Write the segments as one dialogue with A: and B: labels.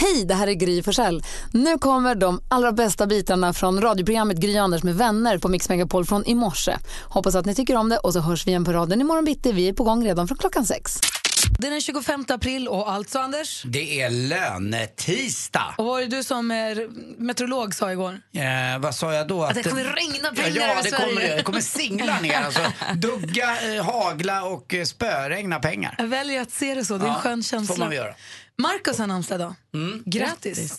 A: Hej, det här är Gry Forssell. Nu kommer de allra bästa bitarna från radioprogrammet Gry Anders med vänner på Mix Megapol från i morse. Hoppas att ni tycker om det och så hörs vi igen på raden imorgon bitti. Vi är på gång redan från klockan sex. Det är den 25 april och alltså Anders,
B: Det är lönetisdag.
A: och var det du som eh, meteorolog sa igår?
B: Eh, vad sa jag då? Att,
A: det kommer regna pengar
B: ja,
A: över
B: ja, det kommer,
A: Sverige.
B: det kommer singla ner. Alltså, dugga, eh, hagla och eh, spöregna pengar.
A: Jag väljer att se det så, det är en
B: Ja,
A: skön
B: så får
A: känsla.
B: man göra. Mm.
A: Marcus har namnsdag idag. Grattis!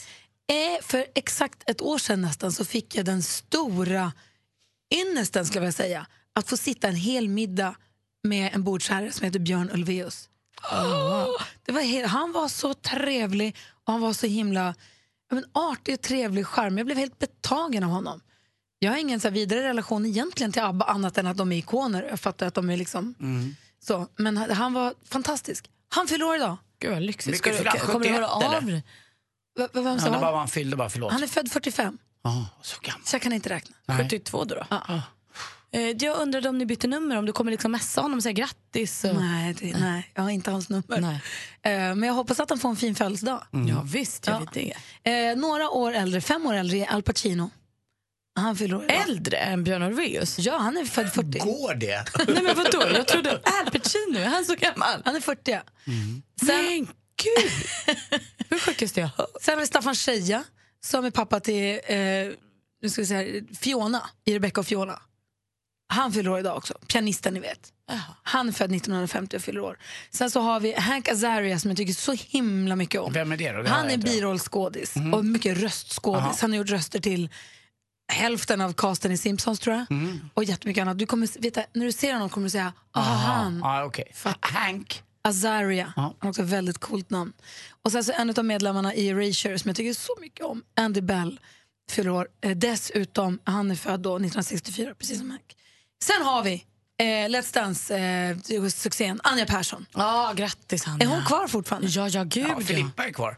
A: Eh, för exakt ett år sedan nästan så fick jag den stora ynnesten, skulle jag vilja säga, att få sitta en hel middag med en bordsherre som heter Björn Ulvaeus. Åh, det var helt, han var så trevlig och han var så himla ja, men artig, trevlig, charmig. Jag blev helt betagen av honom. Jag har ingen så här vidare relation egentligen till ABBA annat än att de är ikoner. Jag fattar att de är liksom så. Men han han var fantastisk. Han fyller år idag.
C: Gud vad lyxigt. Ska
B: Mycket
C: du,
B: fram,
C: kommer du höra
B: 71,
C: av dig?
A: V- v- vem sa
B: Han är bara
A: han?
B: vad han fyllde bara, förlåt.
A: Han är född 45,
B: Ja, så gammal.
A: så jag kan inte räkna.
B: Nej.
C: 72 då? då. Eh, jag undrade om ni bytte nummer, om du kommer liksom messa honom och säga grattis. Och...
A: Nej, det, nej, jag har inte hans nummer.
C: Nej. Mm.
A: Eh, men jag hoppas att han får en fin födelsedag.
C: Ja visst, jag
A: Ja.
C: vet det.
A: Eh, några år äldre, fem år äldre, är Al Pacino. Han fyller år idag.
C: Äldre än Björn Ulvaeus?
A: Ja, han är född 40.
B: Går det?
C: Nej men vadå, jag trodde Al Pacino, är han så gammal?
A: Han är 40. ja.
C: Men gud, hur sjukaste jag hört.
A: Sen har vi Staffan Scheja som är pappa till eh, nu ska vi säga, Fiona i Rebecca och Fiona. Han fyller år idag också. Pianisten ni vet. Han är född 1950 och fyller år. Sen så har vi Hank Azaria som jag tycker så himla mycket om.
B: Vem är det då? Det har
A: Han
B: jag
A: är
B: inte.
A: birollskådis och mycket röstskådis.
B: Aha.
A: Han har gjort röster till hälften av casten i Simpsons tror jag.
B: Mhm.
A: Och jättemycket annat. Du kommer, veta, när du ser honom kommer du säga, ah han.
B: Ja, okej. Hank.
A: Azaria.
B: Ja.
A: Han har också ett väldigt coolt namn. Och sen så alltså en av medlemmarna i Erasure som jag tycker så mycket om, Andy Bell, fyller år. Eh, dessutom, han är född då 1964, precis som Hank. Sen har vi eh, Let's Dance-succén Anja Persson.
C: Ja, grattis Hanna.
A: Är hon kvar fortfarande?
C: Ja, ja gud
B: Ja,
C: ja.
B: Filippa är kvar.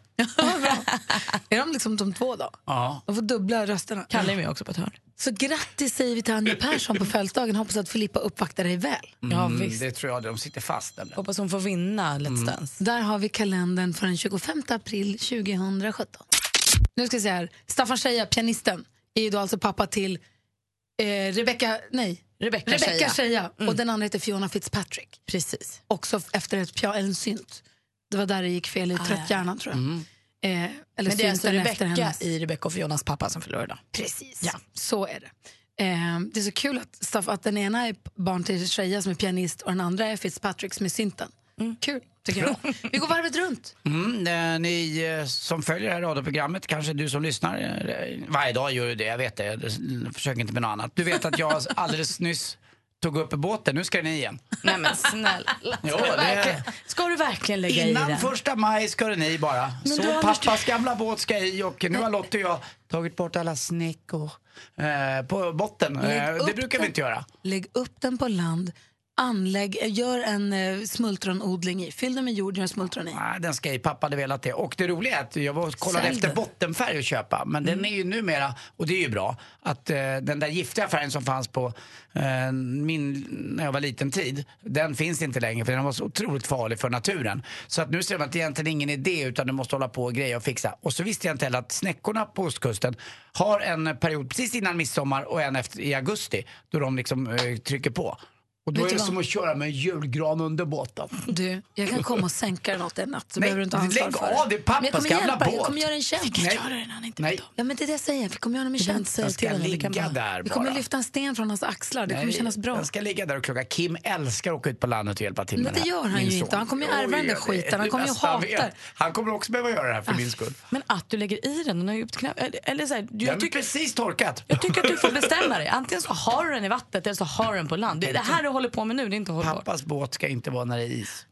A: Är de liksom de två då?
B: Ja.
A: De får dubbla rösterna.
C: Kalle är med också på ett hörn.
A: Så grattis säger vi till Anja Persson på födelsedagen. Hoppas att Filippa uppvaktar dig väl.
C: Ja
B: Mm,
C: visst.
B: det tror jag, de sitter fast. Eller?
C: Hoppas hon får vinna Let's Dance.
A: Där har vi kalendern för den 25 april 2017. Nu ska vi se här. Staffan Scheja, pianisten, är ju då alltså pappa till eh, Rebecca, nej,
C: Rebecca
A: Rebecca
C: Scheja. Mm.
A: Scheja och den andra heter Fiona Fitzpatrick.
C: Precis.
A: Också f- efter ett pia- en synt. Det var där det gick
C: Ah,
A: fel i trötthjärnan tror jag. Eh, eller
C: Mm. Men det är alltså
A: synten efter
C: Rebecca
A: hennes.
C: i Rebecca och Fionas pappa som förlorar idag.
A: Precis.
C: Ja.
A: Så är det. Eh, det är så kul att, Staff, att den ena är barn till Shreya som är pianist och den andra är Fitzpatrick som är synten.
C: Mm.
A: Kul, tycker jag. Vi går varvet runt.
B: Mm, eh, ni eh, som följer det här radioprogrammet, kanske du som lyssnar, eh, varje dag gör du det, jag vet det, jag eh, försöker inte med något annat. Du vet att jag alldeles nyss tog upp båten, nu ska den i igen.
C: Nej men snälla.
B: Jo,
C: Ska, du
B: det-
C: verkligen, ska du verkligen lägga i
B: Innan
C: den?
B: första maj ska den i bara. så
C: du, Anders,
B: pappas gamla båt ska i och nu har Lottie och jag tagit bort alla snäckor eh, på botten.
A: Lägg
B: Eh, det
A: upp
B: brukar vi
A: den.
B: inte göra.
A: Lägg upp den på land, anlägg, gör en eh, smultronodling i. Fyll den med jord, gör en smultron i.
B: Nej, Ah, den ska i. Pappa hade velat det. Och det roliga är att jag var och kollade
C: Sälj
B: efter
C: den.
B: bottenfärg att köpa. Men
A: Mm.
B: den är ju numera, och det är ju bra, att eh, den där giftiga färgen som fanns på eh, min, när jag var liten tid, den finns inte längre för den var så otroligt farlig för naturen. Så att nu ser man att det är egentligen ingen idé utan du måste hålla på och greja och fixa. Och så visste jag inte heller att snäckorna på ostkusten har en period precis innan midsommar och en efter, i augusti då de liksom eh, trycker på. Och då
A: Vet
B: är
A: du
B: det
A: vad?
B: som att köra med en julgran under båten.
A: Du, jag kan komma och sänka den åt dig en natt så
B: Nej,
A: behöver du inte ha ansvar
B: lägg
A: för
B: av, det är pappas
A: Men jag kommer
B: gamla
A: hjälpa dig, Jag
B: båt.
A: kommer göra en tjänst.
B: Nej.
C: Klarar den han inte
B: Nej.
C: vet om.
A: Ja, men det är det jag säger. Vi kommer göra honom en
C: behöver
A: tjänst.
C: inte säga
B: Den ska
C: till honom, det
B: ligga
C: kan bara-
B: där
A: Vi
B: bara.
A: kommer lyfta en sten från hans axlar. Det kommer
B: Nej,
A: kännas bra.
B: Den ska ligga där och klocka. Kim älskar att åka ut på landet och hjälpa till
A: Men
B: med
A: det
B: här.
A: gör han
B: Min
A: ju inte.
B: son.
A: Han kommer ju ärva
B: Jo,
A: den där
B: gör det.
A: skiten. Han
B: Det
A: kommer ju
B: bästa han
A: hata
B: vet.
A: det. Ah.
B: Han kommer också behöva göra det här för min skull.
C: Men att du lägger i den, den har ju knappt... Eller så här, du-
B: Jag
C: jag,
B: har
C: tycker,
B: precis torkat.
C: jag tycker att du får bestämma dig. Antingen så har du den i vattnet eller så har du den på land. Det, det här du håller på med nu, det är inte hållbart.
B: Pappas båt ska inte vara när det är is.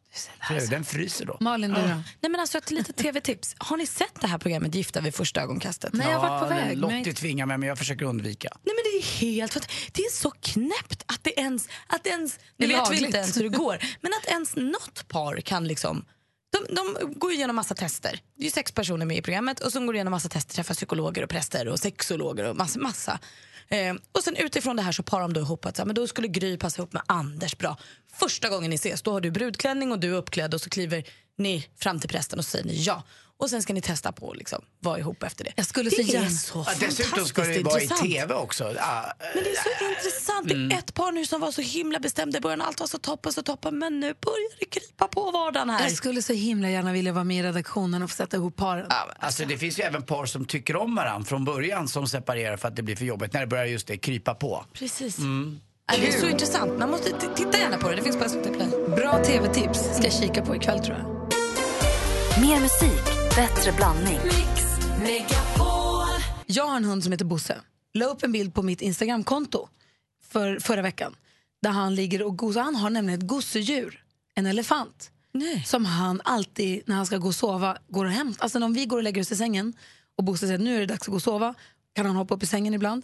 B: Fru,
A: alltså-
B: Den fryser då.
A: Malin, du då?
C: Nej, men alltså, ett litet tv-tips. Har ni sett det här programmet Gifta vid första ögonkastet?
A: Nej, jag har varit på
B: Ja,
A: väg. men jag har
B: Lottie tvingar mig, men jag försöker undvika.
C: Nej men det är helt för att det är så knäppt att det ens, att det ens nu
A: Det är
C: vet vi
A: lagligt.
C: inte ens hur det går, men att ens något par kan liksom de, de går ju igenom massa tester. Det är ju sex personer med i programmet och som går igenom massa tester, träffar psykologer och präster och sexologer och massa. massa. Eh, och sen utifrån det här så parar de då ihop att så här, men då skulle Gry passa ihop med Anders bra. Första gången ni ses då har du brudklänning och du är uppklädd och så kliver ni fram till prästen och så säger ni ja. Och sen ska ni testa på att liksom, vara ihop efter det.
A: Jag skulle
C: det
A: så gärna-
C: är så
B: Ja, dessutom ska det ju
C: fantastiskt
B: vara i
C: intressant.
B: tv också. Ja, eh,
C: Men det är så intressant. Det är ett par nu som var så himla bestämda i början. Allt var så toppen, så toppen. Men nu börjar det krypa på vardagen här.
A: Jag skulle så himla gärna vilja vara med i redaktionen och få sätta ihop paren.
B: Alltså det finns ju även par som tycker om varandra från början som separerar för att det blir för jobbigt när det börjar just det, krypa på.
C: Precis. Ja, det är så intressant. Man måste t- titta gärna på det. Det finns typ på SVT Play.
A: Bra tv-tips ska jag kika på ikväll tror jag.
D: Mer musik, bättre blandning.
A: Jag har en hund som heter Bosse. La upp en bild på mitt Instagramkonto för, förra veckan. Där han ligger och gosar. Han har nämligen ett gosedjur, en elefant.
C: Nej.
A: Som han alltid när han ska gå och sova går och hämtar. Alltså om vi går och lägger oss i sängen och Bosse säger nu är det dags att gå och sova. Kan han hoppa upp i sängen ibland?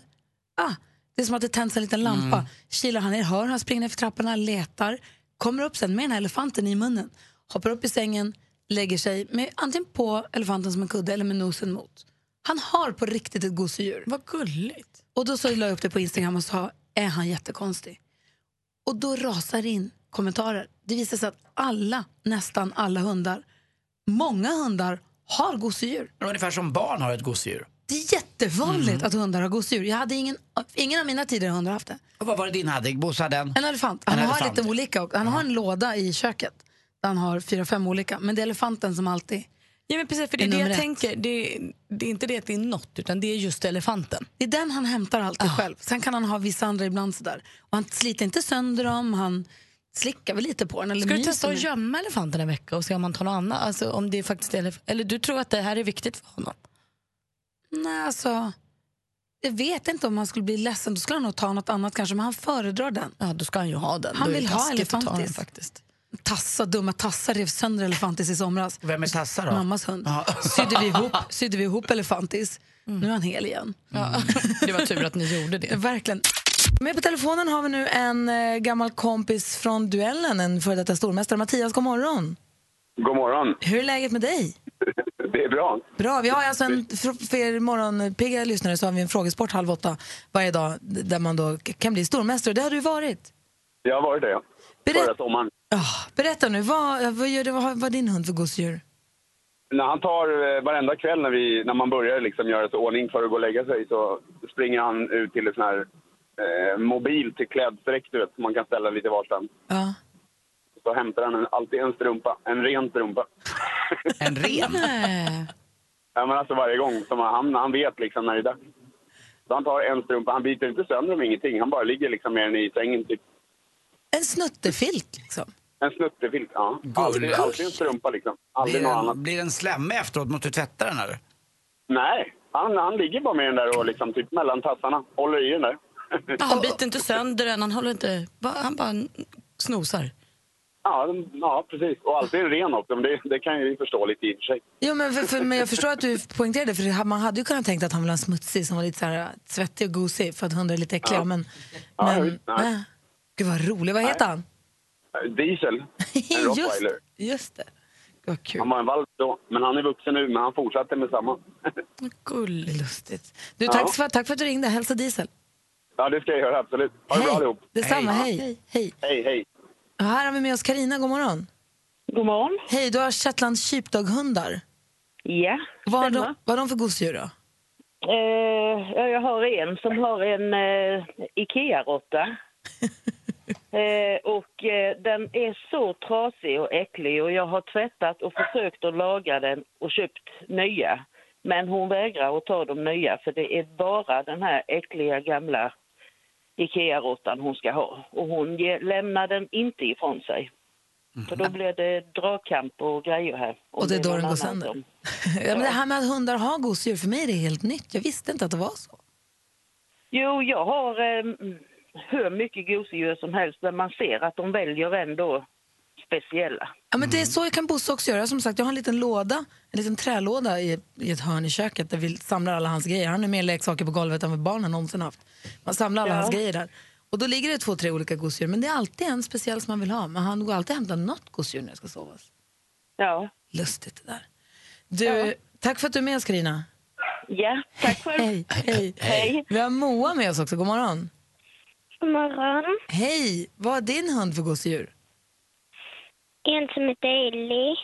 A: Ah, det är som att det tänds en liten lampa. Kilar han ner, hör han springer ner för trapporna, letar. Kommer upp sen med den här elefanten i munnen. Hoppar upp i sängen, lägger sig med, antingen på elefanten som en kudde eller med nosen mot. Han har på riktigt ett gosedjur.
C: Vad gulligt.
A: Och då så la jag upp det på Instagram och sa, är han jättekonstig? Och då rasar det in kommentarer. Det visar sig att alla, nästan alla hundar, många hundar har gosedjur.
B: Ungefär som barn har ett gosedjur.
A: Det är jättevanligt
C: Mm.
A: att hundar har gosedjur. Jag hade ingen, ingen av mina tidigare hundar haft det.
B: Och vad var det din hade? Bosse hade en?
A: En elefant. Han
B: En
A: har
B: elefant.
A: lite olika. och- Han har en låda i köket där han har fyra, fem olika. Men det är elefanten som alltid...
C: Ja, men precis. För det är
A: Det
C: det
A: är
C: jag
A: nummer ett.
C: tänker. Det är, det är inte det att det är något, utan det är just elefanten.
A: Det är den han hämtar alltid
C: Ah.
A: själv. Sen kan han ha vissa andra ibland sådär. Och han sliter inte sönder dem, han slickar väl lite på den. Eller
C: Ska du
A: myser
C: testa
A: med
C: att
A: den.
C: gömma elefanten en vecka och se om han tar något annat? Alltså, om det faktiskt är elef- Eller du tror att det här är viktigt för honom?
A: Nej, alltså... Jag vet inte om han skulle bli ledsen. Då skulle han nog ta något annat kanske, men han föredrar den.
C: Ja, då ska han ju ha den.
A: Han
C: Då är det
A: vill ha
C: taskigt att ta den,
A: elefantis.
C: faktiskt.
A: Tassa, dumma Tassa rev sönder Elefantis i somras.
B: Vem är Tassa då?
A: Mammas hund.
B: Ja.
A: Sydde vi ihop, sydde vi ihop Elefantis. Nu är han hel igen.
C: Mm. Ja. Det var tur att ni gjorde det.
A: Verkligen. Med på telefonen har vi nu en eh, gammal kompis från duellen, en före detta stormästare. Mattias, god morgon.
E: God morgon.
A: Hur är läget med dig?
E: Det är bra.
A: Bra, vi har alltså en, för för er morgonpigga lyssnare så har vi en frågesport halv åtta varje dag där man då kan bli stormästare. Det har du varit.
E: Jag har varit det.
A: Berätt-
E: Förra sommaren.
A: Ah, berätta nu, vad, vad, gör, du- vad, har- vad har din hund för gosedjur?
E: När han tar eh, varenda kväll när, vi, när man börjar liksom göra sig i ordning för att gå och lägga sig så springer han ut till en sån här eh, mobil till klädsträck du vet, som man kan ställa lite varstans.
A: Ja.
E: Så hämtar han en, alltid en strumpa, en ren strumpa.
B: En ren?
E: ja, men alltså varje gång som han, han vet liksom när det är dags. Så han tar en strumpa, han biter inte sönder dem ingenting, han bara ligger liksom med den i sängen typ.
A: En snuttefilt liksom.
E: En snuttefilt, ja. Aldrig,
B: Gulligt.
E: aldrig en strumpa liksom.
B: Blir
E: Aldrig något annat.
B: den, blir den slemmig efteråt? Måste du tvätta den eller?
E: Nej, han, han ligger bara med den där och liksom typ mellan tassarna. Håller i den där.
C: Han biter inte sönder den, han håller inte... va- Han bara snosar.
E: ja, den- ja, precis. Och alltid en ren också, men det, det kan jag ju förstå lite i och för sig.
A: Jo, men, för, för, men jag förstår att du poängterade det, för man hade ju kunnat tänka att han ville ha en smutsig som var lite så här svettig och gosig för att hundar är lite äckliga. Men,
E: Ja,
A: men
E: visst, nej.
A: äh, gud vad rolig, vad heter han?
E: Eh, Diesel, en
A: just,
E: rottweiler.
A: just det. Gud, vad kul.
E: Han var en valp då, men han är vuxen nu, men han fortsatte med samma.
C: Gulligt.
A: Lustigt. Du,
E: Ja.
A: tack, för, tack för att du ringde, hälsa Diesel.
E: ja, det ska jag göra, absolut. Ha det bra allihop.
A: Detsamma, hej. hej.
E: Hej, hej.
A: Och här har vi med oss Karina. god morgon.
F: God morgon.
A: Hej, du har Shetland sheepdog-hundar.
F: Ja,
A: Vad har de,
F: stämmer.
A: vad har de för gosedjur då?
F: Eh, ja, jag har en som har en eh, Ikea-råtta. eh, och eh, den är så trasig och äcklig och jag har tvättat och försökt att laga den och köpt nya. Men hon vägrar att ta de nya för det är bara den här äckliga gamla Ikea-råttan hon ska ha. Och hon ge, lämnar den inte ifrån sig. För då blir det dragkamp och grejer här.
A: Mm. Och det är då
F: någon
A: den går
F: annan
A: sönder.
F: som-
A: Ja, men det här med att hundar har gosedjur, för mig är det helt nytt. Jag visste inte att det var så.
F: Jo, jag har eh, hur mycket gosedjur som helst, men man ser att de väljer ändå
G: speciella.
A: Ja, men det
E: Mm.
A: är så kan Bosse också göra. Som sagt, jag har en liten låda, en liten trälåda i, i ett hörn i köket där vi samlar alla hans grejer. Han har mer leksaker på golvet än vad barnen någonsin haft. Man samlar alla
G: Ja.
A: hans grejer där. Och då ligger det två, tre olika gosedjur, men det är alltid en speciell som man vill ha. Men han går alltid och hämtar något gosedjur när jag ska sova.
G: Ja.
A: Lustigt det där. Du, tack för att du är med oss, Carina.
G: ja, tack själv.
A: Hej, hej.
G: Hej.
A: Vi har Moa med oss också. God morgon.
H: God morgon.
A: Hej, vad är din hund för gosedjur?
H: En som heter Ellie.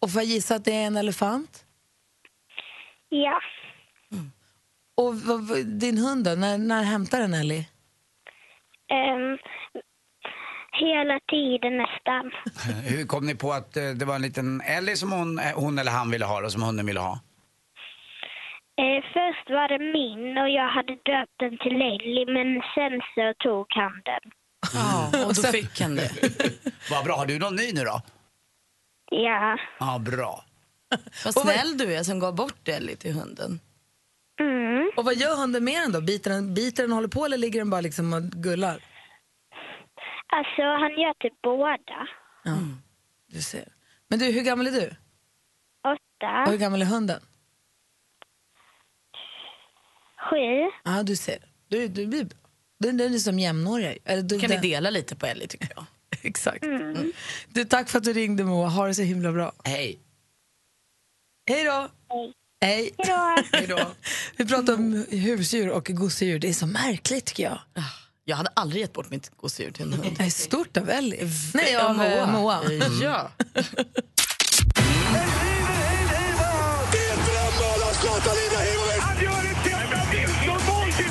A: Och får jag gissa att det är en elefant?
H: Ja,
A: Och vad, vad, din hund då, när, när hämtar den Ellie?
H: ehm, hela tiden nästan.
B: Hur kom ni på att eh, det var en liten Ellie som hon, eh, hon eller han ville ha och som hunden ville ha?
H: Eh, först var det min och jag hade döpt den till Ellie men sen så tog han den.
C: Ja, och då fick han det.
B: Vad bra, har du någon ny nu då?
H: Ja,
B: Ja, bra.
C: Vad snäll du är som gav bort Ellie till hunden.
H: mm.
A: Och vad gör hunden med den då? Biter den, biter den och håller på eller ligger den bara liksom och gullar?
H: Alltså han gör typ båda.
A: Ja,
H: Mm.
A: du ser. Men du, hur gammal är du? Och hur
H: Åtta,
A: gammal är hunden?
H: sju.
A: Ja, du ser. Du, du blir bra. Den, den är som jämnåriga. Eller du,
C: Kan
A: den,
C: ni dela lite på Ellie tycker jag.
A: Exakt. Du, tack för att du ringde Moa. Ha det så himla bra.
B: Hej.
A: Hej då!
H: Hej.
A: Hej.
H: Hejdå.
A: Vi pratar om husdjur och gosedjur. Det är så märkligt tycker jag.
C: Ah, Jag hade aldrig gett bort mitt gosedjur till en hund. Mm.
A: Det är stort av Ellie. Nej, av Moa. Moa.
C: Ja.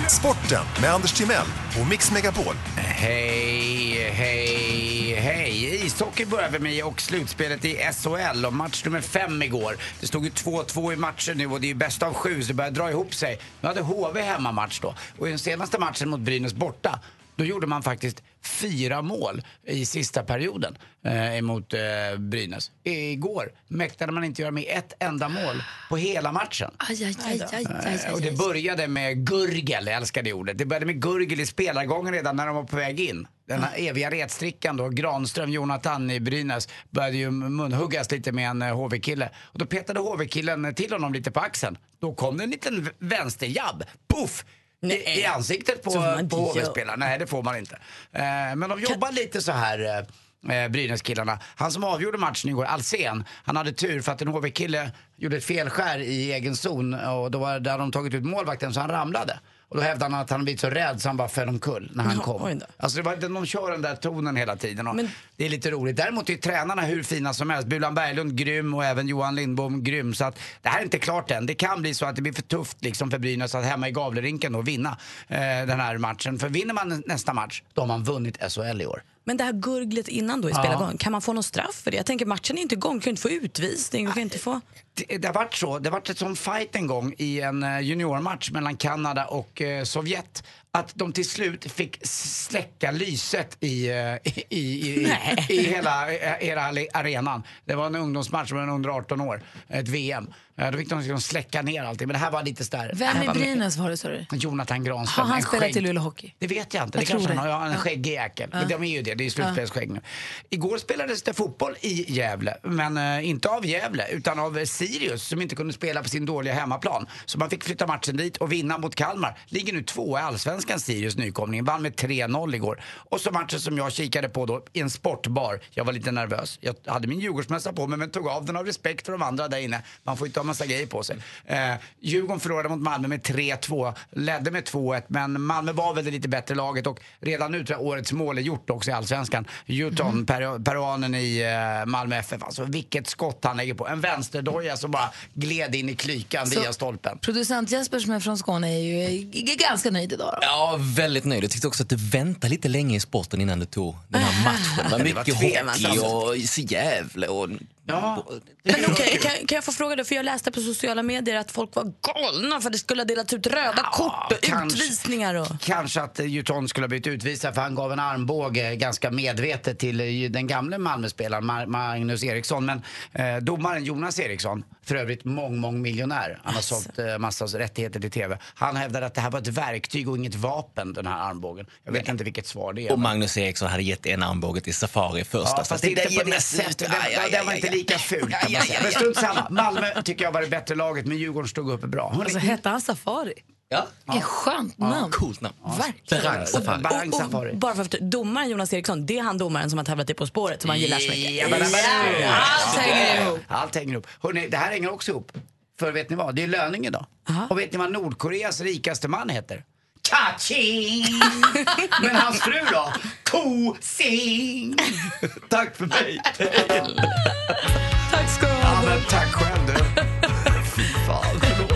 I: Sporten med Anders Timell och Mix Megapol.
B: Hej, hej, hej. Ishockey börjar vi med och slutspelet i SHL och match nummer fem igår. Det stod ju 2-2 i matchen nu och det är ju bäst av sju så det börjar dra ihop sig. Nu hade HV hemmamatch då och i den senaste matchen mot Brynäs borta då gjorde man faktiskt fyra mål i sista perioden eh, emot eh, Brynäs. Igår mäktade man inte göra med ett enda mål på hela matchen.
A: Aj, aj, aj, aj, aj,
B: Och
A: aj,
B: det
A: aj.
B: började med gurgel, jag älskar det ordet. Det började med gurgel i spelargången redan när de var på väg in. Den här eviga retstrickan då, Granström, Jonathan i Brynäs började ju munhuggas lite med en eh, HV-kille. Och då petade HV-killen till honom lite på axeln. Då kom det en liten v- vänsterjabb, poff! I, I ansiktet på,
C: Så får man inte
B: på
C: göra.
B: HV-spelaren. Nej, det får man inte. Eh, men de jobbar lite så här, eh, eh, Brynäs-killarna. Han som avgjorde matchen igår, Alsen, han hade tur för att en HV-kille gjorde ett felskär i egen zon och då var, där hade de tagit ut målvakten så han ramlade. Och då hävdade han att han blivit så rädd så han bara föll omkull när han
C: Ja, oj
B: kom.
C: då.
B: Alltså det var, de kör den där tonen hela tiden och
C: Men-
B: det är lite roligt. Däremot är ju tränarna hur fina som helst. Bulan Berglund grym och även Johan Lindbom grym. Så att det här är inte klart än. Det kan bli så att det blir för tufft liksom för Brynäs att hemma i Gavlerinken och vinna eh, den här matchen. För vinner man nästa match, då har man vunnit SHL i år.
C: Men det här gurglet innan då i spelargången, kan man få någon straff för det? Jag tänker matchen är inte igång, kan du inte få utvisning, du kan inte få...
B: Det, det har varit så. Det har varit ett sån fight en gång i en eh, juniormatch mellan Kanada och eh, Sovjet. Att de till slut fick släcka lyset i, eh, i, i, i,
C: Nej.
B: i hela eh, era ale- arenan. Det var en ungdomsmatch med en under 18 år, ett VM. Eh, Då fick de liksom släcka ner allting. Men det här var lite sådär...
A: Vem i Brynäs var det sa du?
B: Jonathan Granström.
A: Har han
B: en
A: spelat
B: skägg-
A: till Luleå Hockey?
B: det vet jag inte.
A: Jag
B: det kanske
A: tror
B: han har.
A: det.
B: Ja, han är en skäggig jäkel. Men de är ju det. Det är ju slutspelsskägg nu. Igår spelades det fotboll i Gävle. Men eh, inte av Gävle, utan av eh, Sirius som inte kunde spela på sin dåliga hemmaplan. Så man fick flytta matchen dit och vinna mot Kalmar. Ligger nu tvåa i allsvenskan, Sirius nykomling. Vann med 3-0 igår. Och så matchen som jag kikade på då, i en sportbar. Jag var lite nervös. Jag hade min Djurgårdsmössa på mig men tog av den av respekt för de andra där inne. Man får ju inte ha massa grejer på sig. Eh, Djurgården förlorade mot Malmö med 3-2. Ledde med 2-1 men Malmö var väl det lite bättre laget och redan nu tror jag årets mål är gjort också i Allsvenskan. Juton, per, peruanen i eh, Malmö FF. Alltså vilket skott han lägger på. En vänsterdoja som bara gled in i klykan
A: Så-
B: via stolpen.
A: Producent Jesper som är från Skåne är ju eh, g- ganska nöjd idag då.
J: Ja, väldigt nöjd. Jag tyckte också att det väntade lite länge i sporten innan det tog den här matchen. Det var
B: det var
J: mycket
B: tveksamt.
J: hockey och så Gävle och
B: Ja.
C: Men okej, kan, kan jag få fråga då? För jag läste på sociala medier att folk var galna för det skulle ha delats ut röda kort och utvisningar och...
B: Kanske att eh, Juton skulle ha blivit utvisad för han gav en armbåge ganska medvetet till eh, ju- den gamle Malmöspelaren Mar- Magnus Eriksson. Men eh, domaren Jonas Eriksson, för övrigt mång, mång miljonär, han har sålt eh, massa rättigheter till TV. Han hävdade att det här var ett verktyg och inget vapen, den här armbågen. Jag vet inte vilket svar det är.
J: Och Magnus Eriksson hade gett en armbåge till Safari först.
B: Ja, fast inte på det sättet. Den, den var inte lika ful kan man säga. Men strunt samma. Malmö tycker jag var det bättre laget, men Djurgården stod uppe bra. Hon
A: Alltså, hette han Safari?
J: Ja.
A: Vilket skönt namn.
J: Coolt namn.
C: Verkligen.
J: Barang Safari.
B: Barang
C: Och, och,
B: Safari.
C: och, bara för att domaren Jonas Eriksson, det är han domaren som har tävlat i På spåret som han gillar så mycket. Ja, Allt hänger ihop.
B: Allt hänger ihop. Hörrni, det här hänger också ihop. För vet ni vad? Det är löning idag. Och vet ni vad Nordkoreas rikaste man heter? Ka-ching! Men hans fru då? Ko-sing! Tack för mig.
A: tack ska du
B: ha. Ja, men tack själv du. Fy fan, förlåt.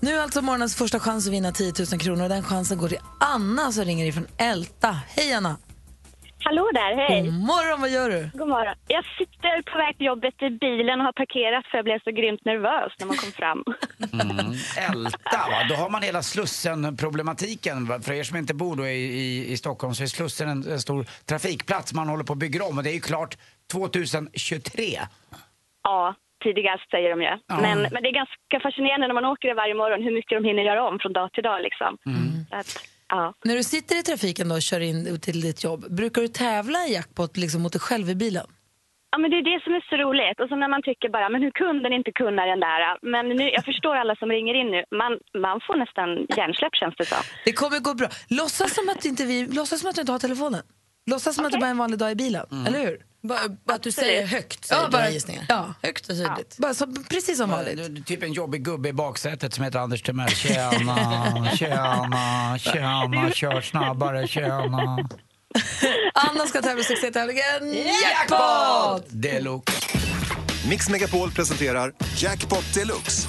A: Nu är alltså morgonens första chans att vinna 10 000 kronor och den chansen går till Anna som ringer ifrån Älta. Hej Anna!
F: Hallå där, hej.
A: God morgon, vad gör du?
F: God morgon. Jag sitter på väg till jobbet i bilen och har parkerat för jag blev så grymt nervös när man kom fram.
B: Mm. Älta, va? då har man hela Slussen-problematiken. va? För er som inte bor då i, i, i Stockholm så är Slussen en, en stor trafikplats man håller på att bygga om och det är ju klart 2023.
F: ja, tidigast säger de ju. Men, men det är ganska fascinerande när man åker det varje morgon hur mycket de hinner göra om från dag till dag. Liksom. Så att, ja.
A: När du sitter i trafiken då och kör in till ditt jobb, brukar du tävla i jackpot liksom mot dig själv i bilen?
F: ja, men det är det som är så roligt. Och så när man tycker bara, men hur kunde ni inte kunna den där? Men nu, jag förstår alla som ringer in nu. Man, man får nästan hjärnsläpp känns det som.
A: Det kommer gå bra. Låtsas som att, inte vi, låtsas som att du inte har telefonen. Låtsas som att det bara är en vanlig dag i bilen, eller hur?
C: Bara, bara att du säger högt, säger
A: Ja,
C: dina
A: bara-
C: gissningar.
A: ja.
C: Högt och tydligt.
A: Bara så, precis som vanligt.
B: Du- du- Typ en jobbig gubbe i baksätet som heter Anders Timell. Tjena, tjena, tjena, kör snabbare, tjena.
A: Anna ska tävla i succétävlingen Jackpot!
B: Deluxe.
I: Mix Megapol presenterar Jackpot Deluxe.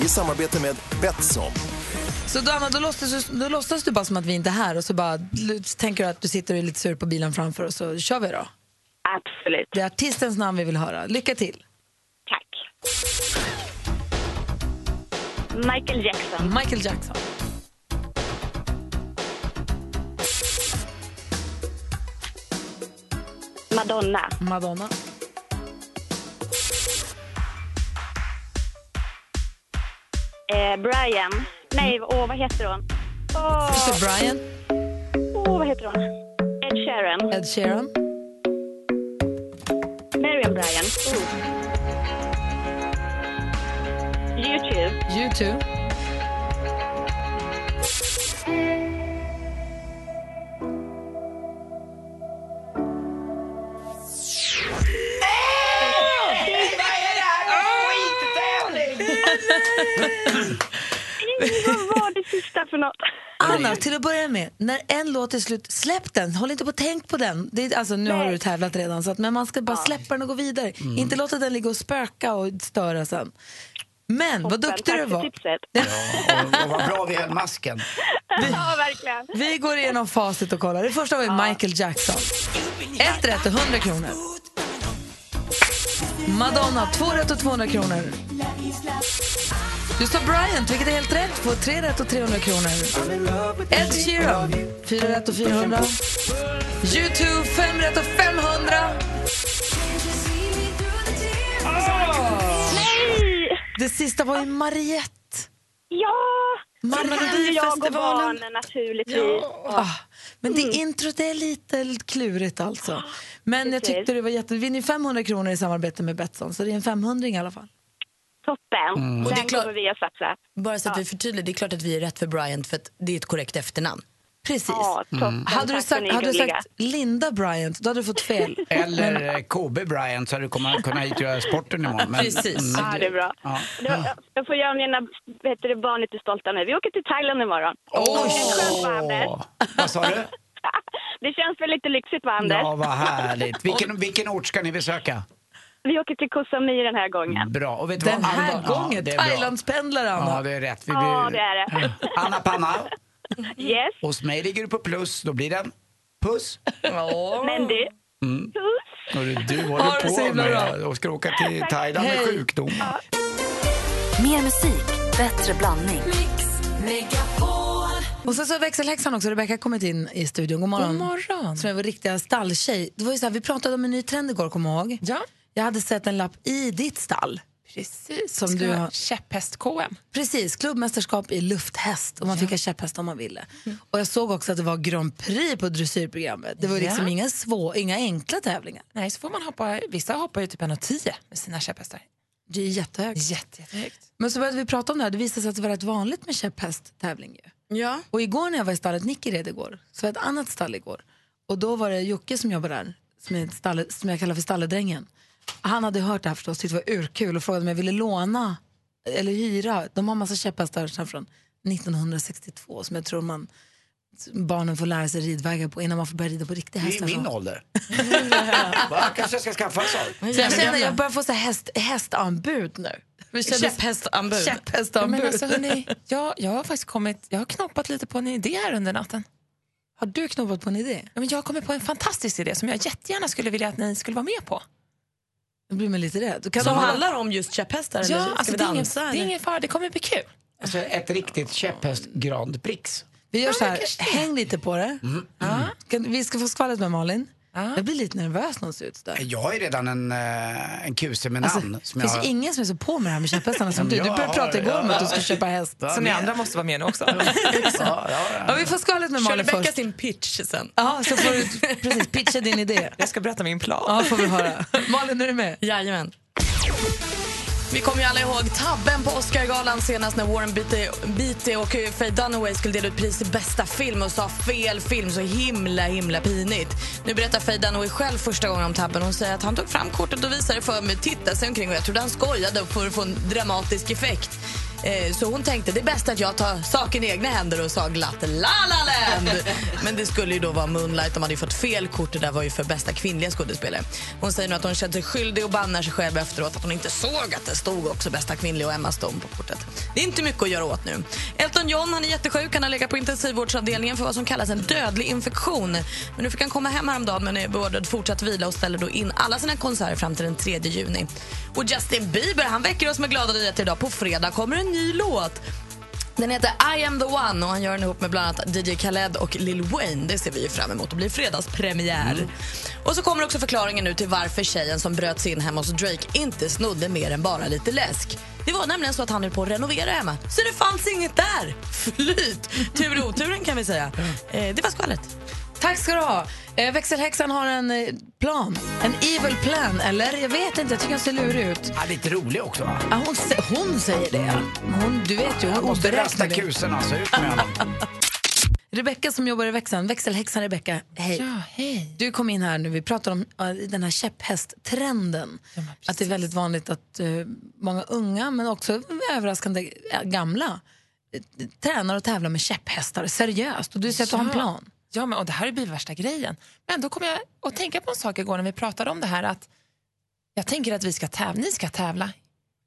I: I samarbete med Betsson.
A: Så då, Anna, då låtsas, då låtsas du bara som att vi inte är här och så bara l- tänker du att du sitter och är lite sur på bilen framför och så kör vi då.
F: Absolut.
A: Det är artistens namn vi vill höra. Lycka till!
F: Michael Jackson.
A: Michael Jackson.
F: Madonna.
A: Madonna.
F: Eh, Brian. Nej, åh, vad heter hon? Åh,
A: Mr Brian.
F: åh, vad heter hon? Ed Sheeran.
A: Ed Sheeran.
F: Miriam Bryan. Oh. YouTube.
A: U2.
F: Vad var det sista för något?
A: Anna, till att börja med, när en låt är slut, släpp den! Håll inte på och tänk på den. Det är, alltså, nu har du tävlat redan, så att, men man ska bara släppa den och gå vidare.
F: Mm.
A: Inte låta den ligga och spöka och störa sen. Men vad
F: Toppen.
A: duktig du
F: Tack för
A: var!
F: tipset.
B: Och vad bra vi höll masken.
F: Ja, verkligen.
A: Vi går igenom facit och kollar. Det första var ju Michael Jackson. Ett rätt och 100 kronor. Madonna, två rätt och 200 kronor. Du sa Bryant, vilket är helt rätt. Får tre rätt och 300 kronor. Ed Sheeran, fyra rätt och 400. U2, fem rätt och 500. Det sista var ju Mariette.
F: Ja!
A: Mamma
F: Det kan ju jag och
A: Melodifestivalen.
F: barnen naturligtvis.
A: Ah, men
F: Mm.
A: det introt är lite klurigt
F: Ah,
A: alltså. Men jag
F: Precis.
A: tyckte det var jätte... Vi vinner ju 500 kronor i samarbete med Betsson, så det är en 500 i alla fall.
F: Toppen.
A: Mm.
F: Den
C: Och det är klart-
F: kommer vi att satsa.
C: Bara så att vi förtydligar, det är klart att vi är rätt för Bryant för att det är ett korrekt efternamn.
A: Precis.
F: Ja, toppen. Mm.
A: Hade du
F: Tack för
A: sagt,
F: ni
A: hade du
F: gulliga.
A: sagt Linda Bryant, då hade du fått fel. Men-
B: Eller eh, KB Bryant så hade du kommit- kunnat hit och göra sporten imorgon. Men, Mm.
F: Precis. Ja, det är bra.
B: Ja.
F: Det var- Jag får göra mina heter det, barn lite stolta nu. Vi åker till Thailand imorgon.
B: Oj!
F: Det känns skönt, va, Anders?
B: Vad sa du?
F: Det känns väl lite lyxigt, va, Anders?
B: Ja, vad härligt. Vilken, vilken ort ska ni besöka?
F: Vi åker till Koh Samui den här gången.
B: Bra. Och vet du
A: Den
B: vad?
A: här
B: Anna-
A: gången,
B: det är bra.
A: Thailandspendlare Anna.
B: Ja, det är rätt. Vi
F: Ja, det är det.
B: Anna Panna,
F: Yes.
A: Mm.
B: hos mig ligger du på plus. Då blir den Puss!
F: Men du,
B: Mm. Hörru, du
F: Ha det
B: håller
F: så
B: på
F: himla
B: med och ska åka till Thailand med
K: Hej.
B: sjukdom.
K: Mer musik, bättre blandning.
A: Och sen så har växelhäxan också, Rebecca, kommit in i studion. God morgon.
L: God morgon.
A: Som är vår riktiga stalltjej. Det var ju så här, vi pratade om en ny trend igår, kommer du ihåg? Ja. Jag hade sett en lapp i ditt stall.
L: Precis.
A: Som
L: Ska
A: du
L: vara
A: har-
L: Käpphäst-KM.
A: Precis, klubbmästerskap i lufthäst och man fick en käpphäst om man ville.
L: Mm.
A: Och jag såg också att det var Grand Prix på dressyrprogrammet. Det var
L: Ja.
A: liksom inga, svå, inga enkla tävlingar.
L: Nej, så får man hoppa, vissa hoppar ju typ 1,10 med sina käpphästar.
A: Det är jättehögt.
L: Jätte, jättehögt.
A: Men så började vi prata om det här. Det visade sig att det var rätt vanligt med käpphästtävling. Ju.
C: Ja.
A: Och igår när jag var i stallet, Nicky red igår, så var det ett annat stall igår. Och då var det Jocke som jobbar där, som, är ett stall, som jag kallar för stalledrängen. Han hade hört det här förstås, tyckte det var urkul och frågade om jag ville låna eller hyra. De har massa käpphästar sedan från 1962 som jag tror man barnen får lära sig ridvägar på innan man får börja rida på riktiga
B: Det
A: hästar.
B: är min
A: så.
B: ålder. Va? Kanske jag ska skaffa en sån.
A: Så jag känner jag börjar få så här häst, hästanbud nu. Det kändes-
L: Käpphästanbud. Ja,
A: Käpphästanbud.
L: Men alltså, hörni, jag, jag har faktiskt kommit, jag har knoppat lite på en idé här under natten.
A: Har du knoppat på en idé?
L: Ja, men jag har kommit på en fantastisk idé som jag jättegärna skulle vilja att ni skulle vara med på.
A: Nu blir man lite rädd. Kan
C: Som
A: man-
C: handlar om just käpphästar?
L: Ja,
C: eller? Ska
L: alltså,
C: vi
L: det, är ingen,
C: dansa?
L: det är
C: eller?
L: ingen fara, det kommer bli kul.
B: Alltså ett riktigt käpphäst Grand Prix.
A: Vi gör så här, häng lite på det.
B: Mm.
A: Mm. Kan, vi ska få skvallret med Malin. Jag blir lite nervös när hon ser ut sådär.
B: Jag har ju redan en, eh, en kuse med
A: Alltså,
B: namn.
A: det finns ju ingen som är så på med det här med käpphästarna som
B: Ja,
A: du. Du
B: jag
A: började prata
B: har-
A: igår om
B: ja.
A: att du ska köpa häst.
B: Så ni andra
L: måste vara med nu också.
A: Ja, vi får skvallret med Malin
C: Kör Rebecka
A: först.
C: sin pitch sen?
A: Ja, så får du precis pitcha din idé.
L: Jag ska berätta min plan.
A: Ja, får vi höra. Malin, är du med?
C: Jajamän. Vi kommer ju alla ihåg tabben på Oscargalan senast när Warren Beatty, Beatty och Faye Dunaway skulle dela ut pris till bästa film och sa fel film. Så himla, himla pinigt. Nu berättar Faye Dunaway själv första gången om tabben. Hon säger att han tog fram kortet och visade för mig, tittade sig omkring och jag trodde han skojade för att få en dramatisk effekt. Eh, Så hon tänkte det är bäst att jag tar saken i egna händer och sa glatt La La Land. Men det skulle ju då vara Moonlight, de hade ju fått fel kort. Det där var ju för bästa kvinnliga skådespelare. Hon säger nu att hon känner sig skyldig och bannar sig själv efteråt att hon inte såg att det stod också bästa kvinnliga och Emma Stone på kortet. Det är inte mycket att göra åt nu. Elton John han är jättesjuk, han har legat på intensivvårdsavdelningen för vad som kallas en dödlig infektion. Men nu fick han komma hem häromdagen men är beordrad fortsatt vila och ställer då in alla sina konserter fram till den 3 juni. Och Justin Bieber han väcker oss med glada nyheter idag. På fredag kommer en ny låt. Den heter I am the one och han gör den ihop med bland annat DJ Khaled och Lil Wayne. Det ser vi ju fram emot. Det blir fredagspremiär. Och så kommer också förklaringen nu till varför tjejen som bröt sig in hemma hos Drake inte snodde mer än bara lite läsk. Det var nämligen så att han höll på att renovera hemma, så det fanns inget där. Flyt! Tur i oturen kan vi säga. Eh, det var skvallret.
A: Tack ska du ha. Eh, Växelhäxan har en eh, plan. En evil plan, eller? Jag vet inte, jag tycker han ser lurig ut.
B: Ja, lite rolig också va?
A: Ja, hon, sä- hon säger det, ja. Hon, du vet ju, hon
B: Jag
A: är
B: måste rasta
A: oberäknelig.
B: kusen alltså, ut med honom.
A: Rebecka som jobbar i växeln, växelhäxan Rebecka, hej. Du kom in här nu, vi pratar om eh, den här käpphästtrenden. att det är väldigt vanligt att eh, många unga, men också överraskande eh, gamla, eh, tränar och tävlar med käpphästar seriöst. Och du säger att du har en
L: Ja.
A: plan.
L: Ja, men, och det här blir värsta grejen. Men då kom jag att tänka på en sak igår när vi pratade om det här att jag tänker att vi ska tävla, ni ska tävla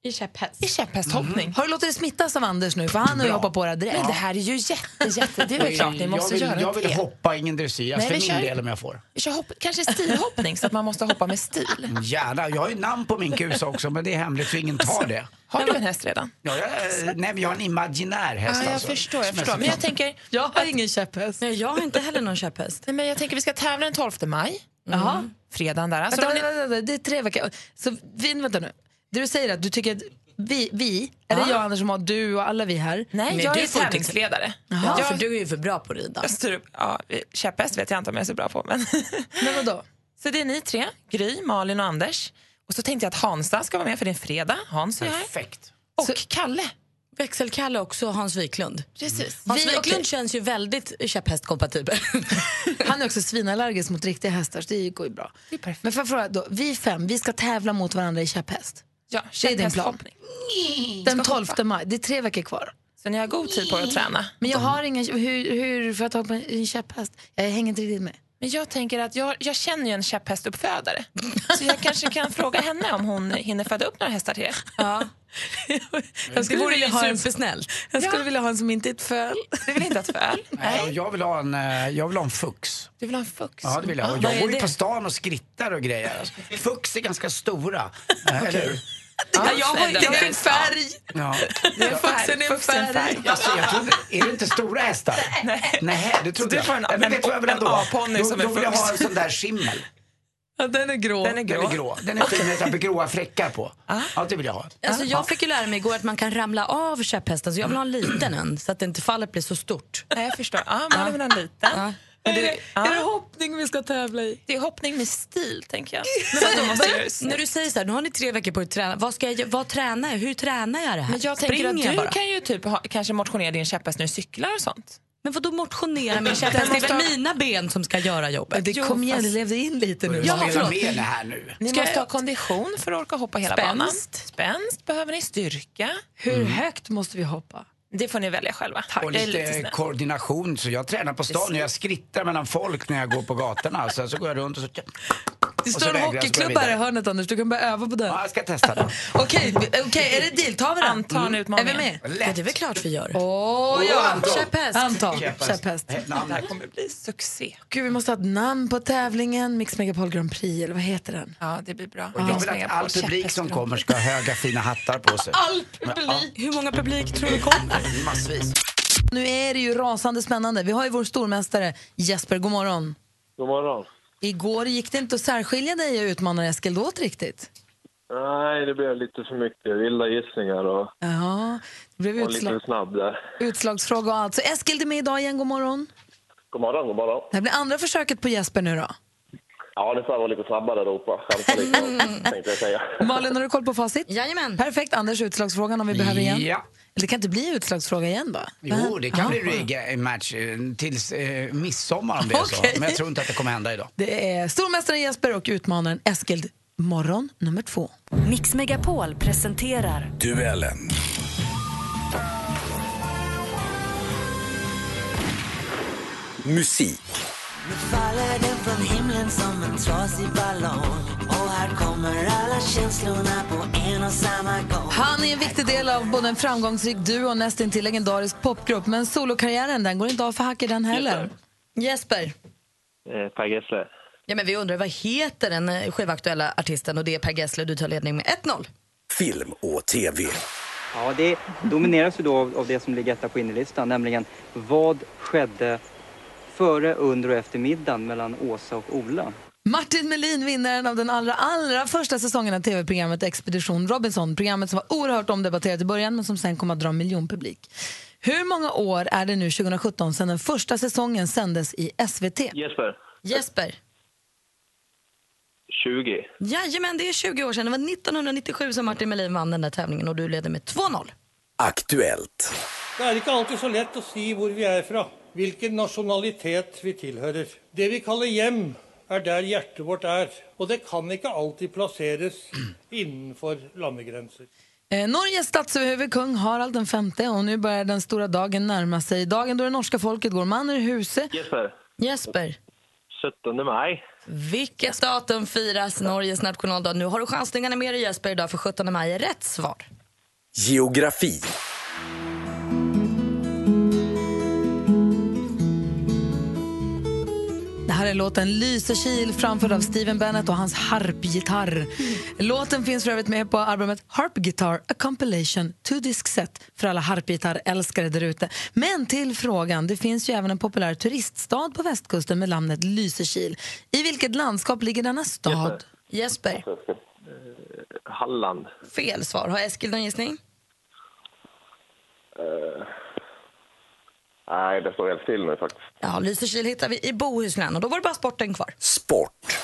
C: i käpphäst.
L: I käpphästhoppning.
A: Har du låtit dig smittas av Anders nu? För han har ju
B: Bra.
A: hoppat på det här direkt.
L: Men det här är ju jätte, jätte, det är väl klart ni måste
B: jag vill,
L: göra
B: Jag
L: det.
B: vill hoppa, ingen dressyr. Alltså,
L: Nej,
B: för
L: vi
B: min
L: kör-
B: del om jag får.
L: Vi kör hopp, kanske stilhoppning så att man måste hoppa med stil.
B: Mm, Gärna. Jag har ju namn på min kus också, men det är hemligt så ingen tar det.
L: Alltså, Har du en häst redan?
B: Ja, jag, eh, nej, men jag har en imaginär häst
L: Ja, jag
B: alltså.
L: förstår, jag
B: Som
L: förstår.
B: ska-
L: Men jag tänker...
A: Jag har ingen käpphäst.
C: Nej, jag har inte heller någon käpphäst.
L: Nej, men jag tänker vi ska tävla den 12 maj.
A: Jaha.
L: Fredagen där. Alltså,
A: Vänta,
L: om ni-
A: vänta, vänta, vänta, det är tre veckor. Så vi, vänta nu. Det du säger är att du tycker att vi, vi är det
L: Ja.
A: jag Anders som har du och alla vi här?
L: Nej, jag är tävlingsledare.
A: Jaha.
L: jag,
C: du är ju för bra på att rida.
L: Jag styr upp, ja, käpphäst vet jag inte om jag är så bra på. Men,
A: men vadå?
L: Så det är ni tre, Gry, Malin och Anders. Och så tänkte jag att Hansa ska vara med för det är en fredag. Hans är
B: Perfekt.
L: Och Kalle.
C: Växelkalle också och Hans Wiklund.
L: Precis.
C: Hans
A: Vi-
C: Wiklund
A: okej.
C: känns ju väldigt käpphästkompatibel.
A: Han är också svinallergisk mot riktiga hästar så det går ju bra. Men får jag fråga då, vi fem, vi ska tävla mot varandra i käpphäst.
L: Ja,
A: det är din plan.
L: käpphästhoppning.
A: Den 12 maj, det är tre veckor kvar.
L: Så ni har god tid på er att träna.
A: Men jag har ingen, hur, hur får jag tag på en käpphäst? Jag hänger inte riktigt med.
L: Men jag tänker att jag, jag känner ju en käpphästuppfödare. Så jag kanske kan fråga henne om hon hinner föda upp några hästar till er.
C: Ja.
A: Jag skulle
L: Det vore
A: vilja
L: ju
A: ha en
C: supersnäll.
A: Jag skulle vilja ha en som inte är ett föl.
L: Du vill inte ha ett föl?
B: Nej. Jag vill ha en, eh, jag vill ha en fux.
L: Du vill ha en fux?
B: Ja, det vill jag.
L: Ah, vad
B: Och jag
L: är
B: går ju
L: det?
B: på stan och skrittar och grejer. Alltså, Fux är ganska stora. Eh, Eller hur?
A: Ja, jag har inte det är en färg.
B: Ja.
A: Det är Fuxen är en färg.
B: Alltså, jag trodde, är det inte stora hästar? Nej. Nej, det trodde
L: Du får
B: jag.
L: en-
B: Nej,
L: en-
B: vet du vad jag vill
L: en
B: ändå ha?
L: A-ponny
B: Då-
L: som är
B: Då vill jag ha en
L: fux.
B: sån där skimmel.
A: Ja, den är grå.
L: Den är grå.
B: Den är grå. Den är fin, den med gråa fläckar på. Ja, det vill jag ha.
C: Alltså,
B: Ja.
C: jag fick ju lära mig igår att man kan ramla av käpphästen så jag vill ha en liten en så att inte fallet blir så stort.
L: Nej, jag förstår. Ja, man vill ha en liten.
C: Men
L: Är,
C: det-
L: det,
C: är det
L: hoppning vi ska tävla i? Det är hoppning med stil, tänker jag.
C: Men vadå,
L: måste
C: vad-
L: jag ju-
C: när du säger så här, nu har ni tre veckor på er att träna. Vad, ska jag, gö- vad tränar jag? Hur tränar jag det här?
L: Men jag tänker
C: Springer
L: att du
C: bara?
L: kan ju typ ha, kanske motionera din käpphäst när du cyklar och sånt.
C: Men vadå motionera med käpphäst? Det är väl mina ben som ska göra jobbet?
A: Det kom igen, du levde in lite nu.
C: Ja, förlåt.
L: Ni
C: Ska
L: måste
C: jag-
L: ha kondition för att orka hoppa hela
A: Spänst.
L: banan. Spänst behöver ni, styrka.
A: Hur högt måste vi hoppa?
L: Mm. Det får ni välja själva.
B: Och
L: Jag är lite
B: lite
L: snäll.
B: koordination, så jag tränar på stan och jag skrittar mellan folk när jag går på gatorna. Sen så går jag runt och så...
A: Det
B: och så
A: står en
B: vägrar jag så går jag
A: hockeyklubba här i
B: vidare.
A: hörnet Anders, du kan börja öva på den.
B: Ja, jag ska testa den.
A: Okej, vi- okej, är det deal? Tar vi den? Mm.
B: Anta en
A: Är
B: utmaning.
A: vi med?
B: Lätt. Ja, det är väl
C: klart vi gör.
A: Åh ja,
B: Anton.
A: käpphäst. Anton,
B: Käpphäst.
A: käpphäst.
B: Eh, namn.
L: Det här kommer bli succé.
A: Gud, vi måste ha ett namn på tävlingen. Mix Megapol Grand Prix, eller vad heter den?
L: Ja, det blir bra.
B: Och jag vill att all publik som kommer ska ha höga fina hattar på sig.
C: Hur många publik tror du kommer?
B: Massvis.
A: Nu är det ju rasande spännande. Vi har ju vår stormästare Jesper, god morgon.
M: God morgon.
A: Igår gick det inte att särskilja dig och utmana Eskil åt riktigt.
M: Nej, det blev lite för mycket vilda gissningar och,
A: Ja, det blev
M: och lite
A: utslag,
M: för snabb där.
A: utslagsfråga och allt. Så Eskil, du är med idag igen, god morgon.
M: God morgon, god morgon.
A: Det här blir andra försöket på Jesper nu då.
M: Ja, det får vara lite snabbare ropa. Skämta lite, tänkte jag säga.
A: Malin, har du koll på facit?
C: Jajamän.
A: Perfekt. Anders, utslagsfrågan om vi behöver igen.
B: Ja.
A: Eller det kan inte bli utslagsfråga igen då?
B: Jo, det kan
A: Ja.
B: bli rygga en match eh, tills eh, midsommar om det är så.
A: Okej.
B: Men jag tror inte att det kommer hända idag.
A: Det är stormästaren Jesper och utmanaren Eskild. Morgon nummer två.
K: Mix Megapol presenterar
N: Duellen. Musik.
O: Nu faller den från himlen som en trasig ballong Och här kommer alla känslorna på en och samma gång
A: Han är en viktig del av både en framgångsrik duo och nästan till legendarisk popgrupp. Men solokarriären den går inte av för hack i den heller.
C: Jesper.
M: Eh, Per Gessle.
C: Ja, men vi undrar vad heter den eh, skivaktuella artisten och det är Per Gessle. Du tar ledning med 1-0.
N: Film och TV.
P: Ja, det domineras ju då av, av det som ligger etta på innerlistan, nämligen vad skedde före, under och efter middagen mellan Åsa och Ola?
A: Martin Melin, vinnaren av den allra, allra första säsongen av tv-programmet Expedition Robinson. Programmet som var oerhört omdebatterat i början men som sen kom att dra miljonpublik. Hur många år är det nu 2017 sedan den första säsongen sändes i SVT?
M: Jesper.
C: Jesper.
M: 20.
C: Jajamän, det är 20 år sedan. Det var 1997 som Martin Melin vann den där tävlingen och du leder med 2-0.
N: Aktuellt.
Q: Det er ikke alltid så lett å si hvor vi er fra, hvilken nasjonalitet vi tilhører. Det vi kaller hjem, er der hjertet vårt er, og det kan ikke alltid plasseres innenfor landegrenser.
A: Eh, Norges statsöverhuvud kung Harald den femte och nu börjar den stora dagen närma sig. Dagen då det norska folket går man ur huset.
M: Jesper.
C: Jesper.
M: 17. maj.
C: Vilket datum firas Norges nationaldag? Nu har du chansningarna med dig Jesper idag för 17 maj är rätt svar.
N: Geografi.
A: Det här är låten Lysekil framförd av Steven Bennett och hans harpgitarr. Låten finns för övrigt med på albumet Harp Guitar A Compilation, two disc set för alla harpgitarrälskare där ute. Men till frågan, det finns ju även en populär turiststad på västkusten med namnet Lysekil. I vilket landskap ligger denna stad?
C: Jesper.
M: Halland.
C: Fel svar. Har Eskil någon gissning?
M: Eh, nej, det står helt still nu faktiskt.
C: Ja, Lysekil hittar vi i Bohuslän och då var det bara sporten kvar.
N: Sport.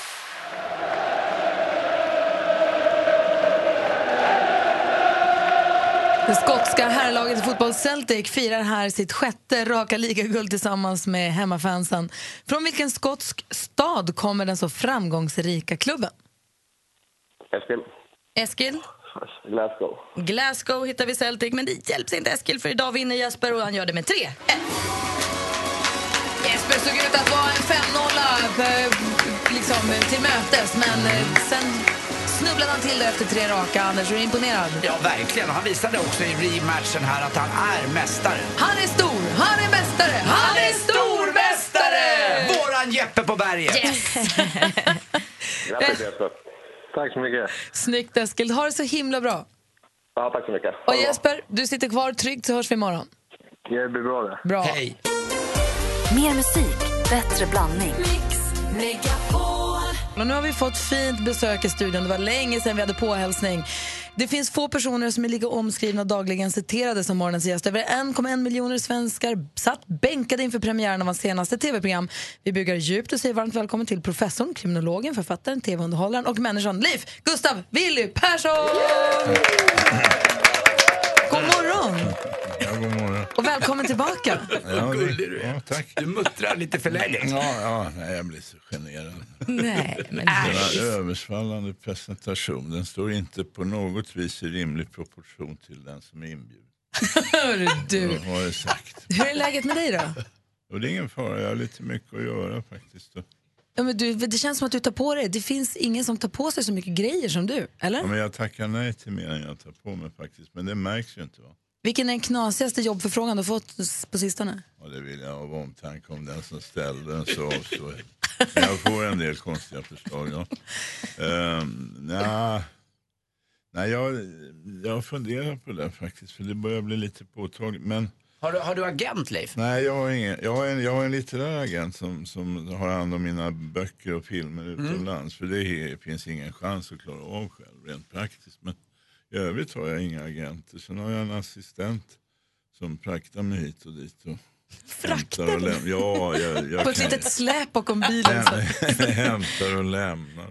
A: Det skotska herrlaget i fotboll Celtic firar här sitt sjätte raka ligaguld tillsammans med hemmafansen. Från vilken skotsk stad kommer den så framgångsrika klubben?
M: Eskil.
C: Eskil?
M: Glasgow.
C: Glasgow hittar vi Celtic, men det hjälps inte Eskil för idag vinner Jesper och han gör det med 3-1.
A: Jesper såg ut att vara en femnolla.
C: fem eh, liksom, till mötes, men eh, sen snubblade han till det efter tre raka. Anders, är du imponerad?
B: Ja, verkligen. Och han visade också i rematchen här att han är mästare.
C: Han är stor, han är mästare, han är stormästare!
B: Våran Jeppe på berget!
R: Grattis Jesper. Tack så mycket.
C: Snyggt Eskil, ha det så himla bra.
R: Ja, tack så mycket.
C: Och Jesper, du sitter kvar tryggt så hörs vi imorgon.
R: Det blir bra det.
C: Bra.
B: Hej.
A: Mer musik, bättre blandning.
C: Och nu har vi fått fint besök i studion. Det var länge sedan vi hade påhälsning. Det finns få personer som är lika omskrivna och dagligen citerade som morgonens gäst. Över 1,1 miljoner svenskar satt bänkade inför premiären av hans senaste tv-program. Vi bygger djupt och säger varmt välkommen till professorn, kriminologen, författaren, tv-underhållaren och människan Liv Gustav Willy Persson! God morgon
E: Ja, god morgon.
C: och välkommen tillbaka.
E: Ja, gullig du är. Ja, tack.
B: Du muttrar lite förläget.
E: Ja, ja, nej, jag blir så generad.
C: Nej, men...
E: Den här översvallande presentation, den står inte på något vis i rimlig proportion till den som är inbjuden.
C: Hörru du.
E: Vad har jag sagt?
C: Hur är läget med dig då?
E: Och det är ingen fara, jag har lite mycket att göra faktiskt. Och-
C: Ja, men du, det känns som att du tar på dig. Det finns ingen som tar på sig så mycket grejer som du, eller?
E: Ja, men jag tackar nej till mer än jag tar på mig faktiskt. Men det märks ju inte va?
C: Vilken är den knasigaste jobbförfrågan du fått på sistone?
E: Ja, det vill jag av omtanke om den som ställde den så avstår jag. Men Jag får en del konstiga förslag. Ja. Ehm, nja. Nej, jag, jag funderar på det faktiskt, för det börjar bli lite påtagligt. Men
B: Har du, har du agent, Leif?
E: nej, jag har, ingen, jag har, en, jag har en litterär agent som, som har hand om mina böcker och filmer utomlands. För det he- finns ingen chans att klara av själv, rent praktiskt. Men i övrigt har jag inga agenter. Sen har jag en assistent som fraktar mig hit och dit. Och fraktar och läm- ja, jag, jag
C: på ett
E: kan-
C: litet släp bakom bilen. Så.
E: Häm- Hämtar och lämnar.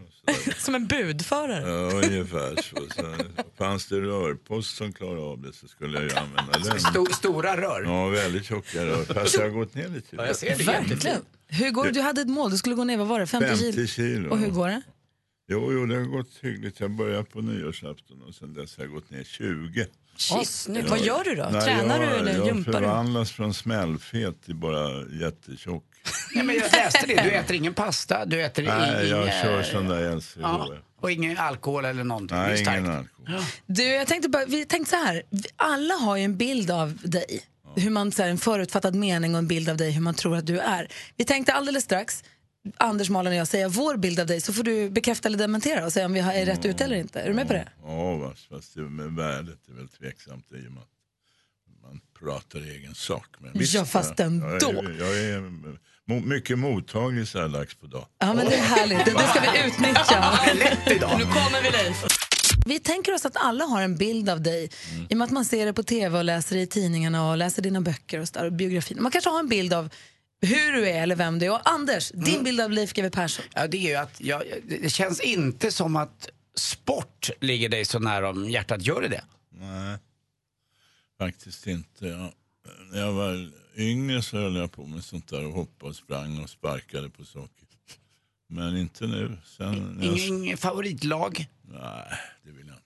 C: Som en budförare.
E: Ja, ungefär så. så. Fanns det rörpost som klarade av det så skulle jag ju använda den.
B: Sto- stora rör.
E: Ja, väldigt tjocka rör. Fast jag har gått ner lite.
B: Ja, jag ser det.
C: Verkligen. Hur går det? Du hade ett mål, du skulle gå ner, vad var det? 50,
E: 50 kilo.
C: Och hur går det?
E: Jo, jo, det har gått hyggligt. Jag började på nyårsafton och sen dess har jag gått ner 20.
S: Shit, snyggt. Vad gör du då? Tränar du
E: jag,
S: eller
E: Jag
S: gympar du?
E: förvandlas från smällfet till bara jättetjock.
B: Nej, men jag läste det. Du äter ingen pasta, du äter
E: Nej,
B: ingen... eh,
E: jag kör sån där LCHF.
B: Ja, och ingen alkohol eller någonting. Det är
E: Nej,
B: starkt.
E: ingen alkohol.
C: Du, jag tänkte bara, vi tänkte så här, vi- alla har ju en bild av dig. Hur man, så här, en förutfattad mening och en bild av dig, hur man tror att du är. Vi tänkte alldeles strax, Anders, Malin och jag, säga vår bild av dig så får du bekräfta eller dementera och säga om vi har- är rätt ute eller inte. Är du med på det?
E: Ja, fast- fast det med värdet är väl tveksamt i och med att man pratar i egen sak. Men
C: Ja, fast ändå.
E: Jag, jag, är- jag är mo- mycket mottaglig så här dags på dag.
C: Ja, men det är härligt. Det, det ska vi utnyttja.
B: lätt idag.
C: Nu kommer vi Leif. Vi tänker oss att alla har en bild av dig i och med att man ser det på tv och läser det i tidningarna och läser dina böcker och, så där, och biografin. Man kanske har en bild av hur du är eller vem du är. Och Anders, din bild av Leif GW Persson.
B: Ja, det är ju att jag, det känns inte som att sport ligger dig så nära om hjärtat. Gör det det?
E: Nej, faktiskt inte. Jag, när jag var yngre så höll jag på med sånt där och hoppade och sprang och sparkade på saker. Men inte nu. Sen, när Mm, jag,
B: Ingen favoritlag?
E: nej, det vill jag inte.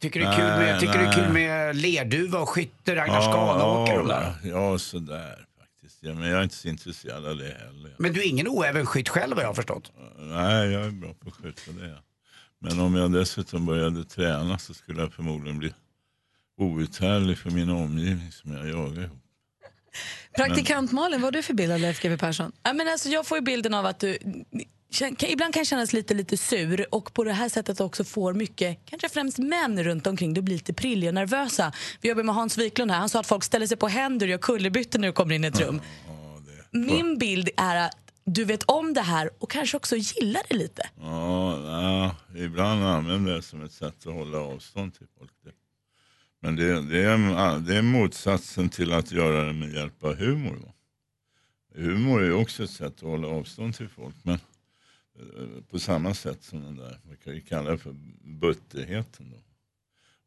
B: Tycker det är kul med,
E: Nej,
B: tycker det är
E: nej.
B: kul med lerduva och skytte, Ragnar Schanåker och de där?
E: Ja, sådär faktiskt. Ja, men jag är inte så intresserad av det heller.
B: Men du är ingen oävenskytt själv vad jag har förstått?
E: Nej, jag är bra på att skjuta det. är jag. Men om jag dessutom började träna så skulle jag förmodligen bli outhärdlig för min omgivning som jag jagar ihop.
C: Praktikant Malin, vad har du för bild av Leif GW Persson?
S: Ja, men alltså, jag får ju bilden av att du kän- kan, ibland kan kännas lite, lite sur och på det här sättet också får mycket, kanske främst män runt omkring du blir lite prilliga och nervösa. Vi jobbar med Hans Wiklund här, han sa att folk ställer sig på händer och gör kullerbyttor när du kommer in i ett rum. Min bild är att du vet om det här och kanske också gillar det lite.
E: Ja, ja, ibland använder jag det som ett sätt att hålla avstånd till folk. Det- Men det, det, är, det är motsatsen till att göra det med hjälp av humor. Va? Humor är ju också ett sätt att hålla avstånd till folk. Men eh, på samma sätt som den där, vad kan vi kalla det för, butterheten. Då.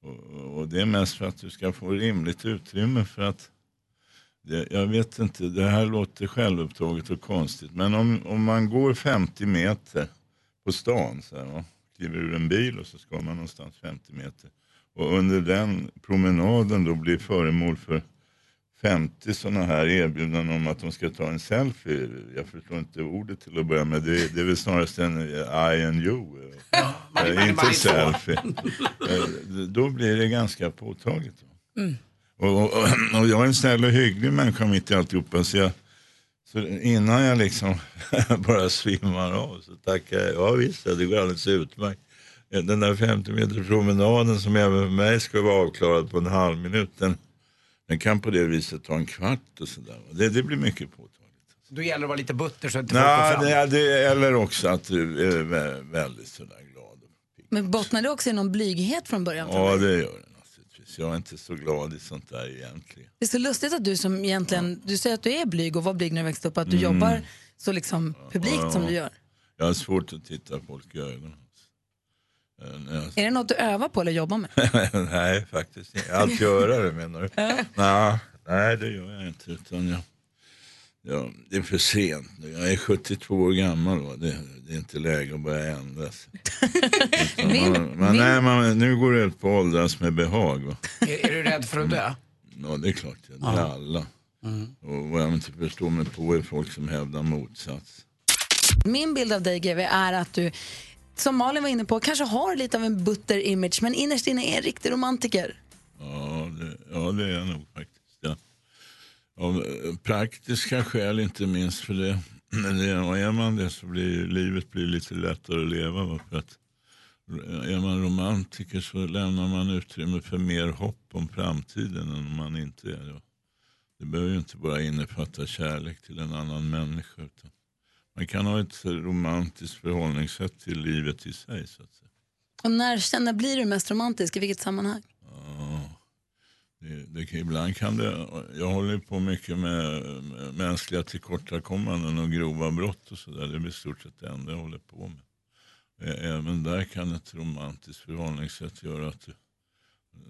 E: Och, och- och det är mest för att du ska få rimligt utrymme för att det, jag vet inte, det här låter självupptaget och konstigt. Men om, om man går 50 meter på stan, så här, va? kliver ur en bil och så ska man någonstans 50 meter. Och under den promenaden då blir föremål för 50 sådana här erbjudanden om att de ska ta en selfie. Jag förstår inte ordet till att börja med. Det är, det är väl snarast en eh, I and you. eh, eh, inte selfie. Eh, Då blir det ganska påtagligt.
O: Mm.
E: Och, och, och jag är en snäll och hygglig människa mitt i alltihopa. Så, jag, så innan jag liksom bara svimmar av så tackar jag. Ja visst, ja, det går alldeles utmärkt. Eh, Den där 50 meter promenaden som även för mig ska vara avklarad på en halv minut. Den, den kan på det viset ta en kvart och sådär. Det, det blir mycket på.
B: Då gäller det att vara lite butter så att inte folk går
E: Nej,
B: fram.
E: det, det, eller också att du är vä- väldigt sådär glad.
A: Men bottnar det också i någon blyghet från början?
E: Ja, det gör det naturligtvis. Jag är inte så glad i sånt där egentligen.
A: Det är så lustigt att du som egentligen, du säger att du är blyg och var blyg när du växte upp, att du
E: Mm.
A: jobbar så liksom publikt som du gör.
E: Jag har svårt att titta folk i ögonen. Eh, när jag-
A: Är det något du övar på eller jobbar med?
E: nej, faktiskt inte. Allt göra det menar du? nej, nej, det gör jag inte. Utan jag, ja, det är för sent nu. Jag är 72 år gammal. Va? Det, det är inte läge att börja ändras. Utan man, man, nej, man, nu går det ut på åldras med behag. Va?
B: Är, är du rädd för att dö?
E: Ja, det är klart. Det är alla. Och vad jag inte förstår mig på är folk som hävdar motsats.
A: Min bild av dig GV är att du, som Malin var inne på, kanske har lite av en butter image men innerst inne är en riktig romantiker.
E: Ja, det, ja, det är jag nog faktiskt. Ja. Av eh, praktiska skäl inte minst för det. Men det- och är man det så blir ju- livet blir lite lättare att leva. Va? För att, är man romantiker så lämnar man utrymme för mer hopp om framtiden än om man inte är det. va. Det behöver ju inte bara innefatta kärlek till en annan människa. Utan man kan ha ett romantiskt förhållningssätt till livet i sig. Så att säga.
A: Och när, när blir du mest romantisk? I vilket sammanhang?
E: Ja, det, det, kan- ibland kan det... Jag håller ju på mycket med med mänskliga tillkortakommanden och grova brott och sådär. Det är i stort sett det enda jag håller på med. Ä- Även där kan ett romantiskt förhållningssätt göra att du,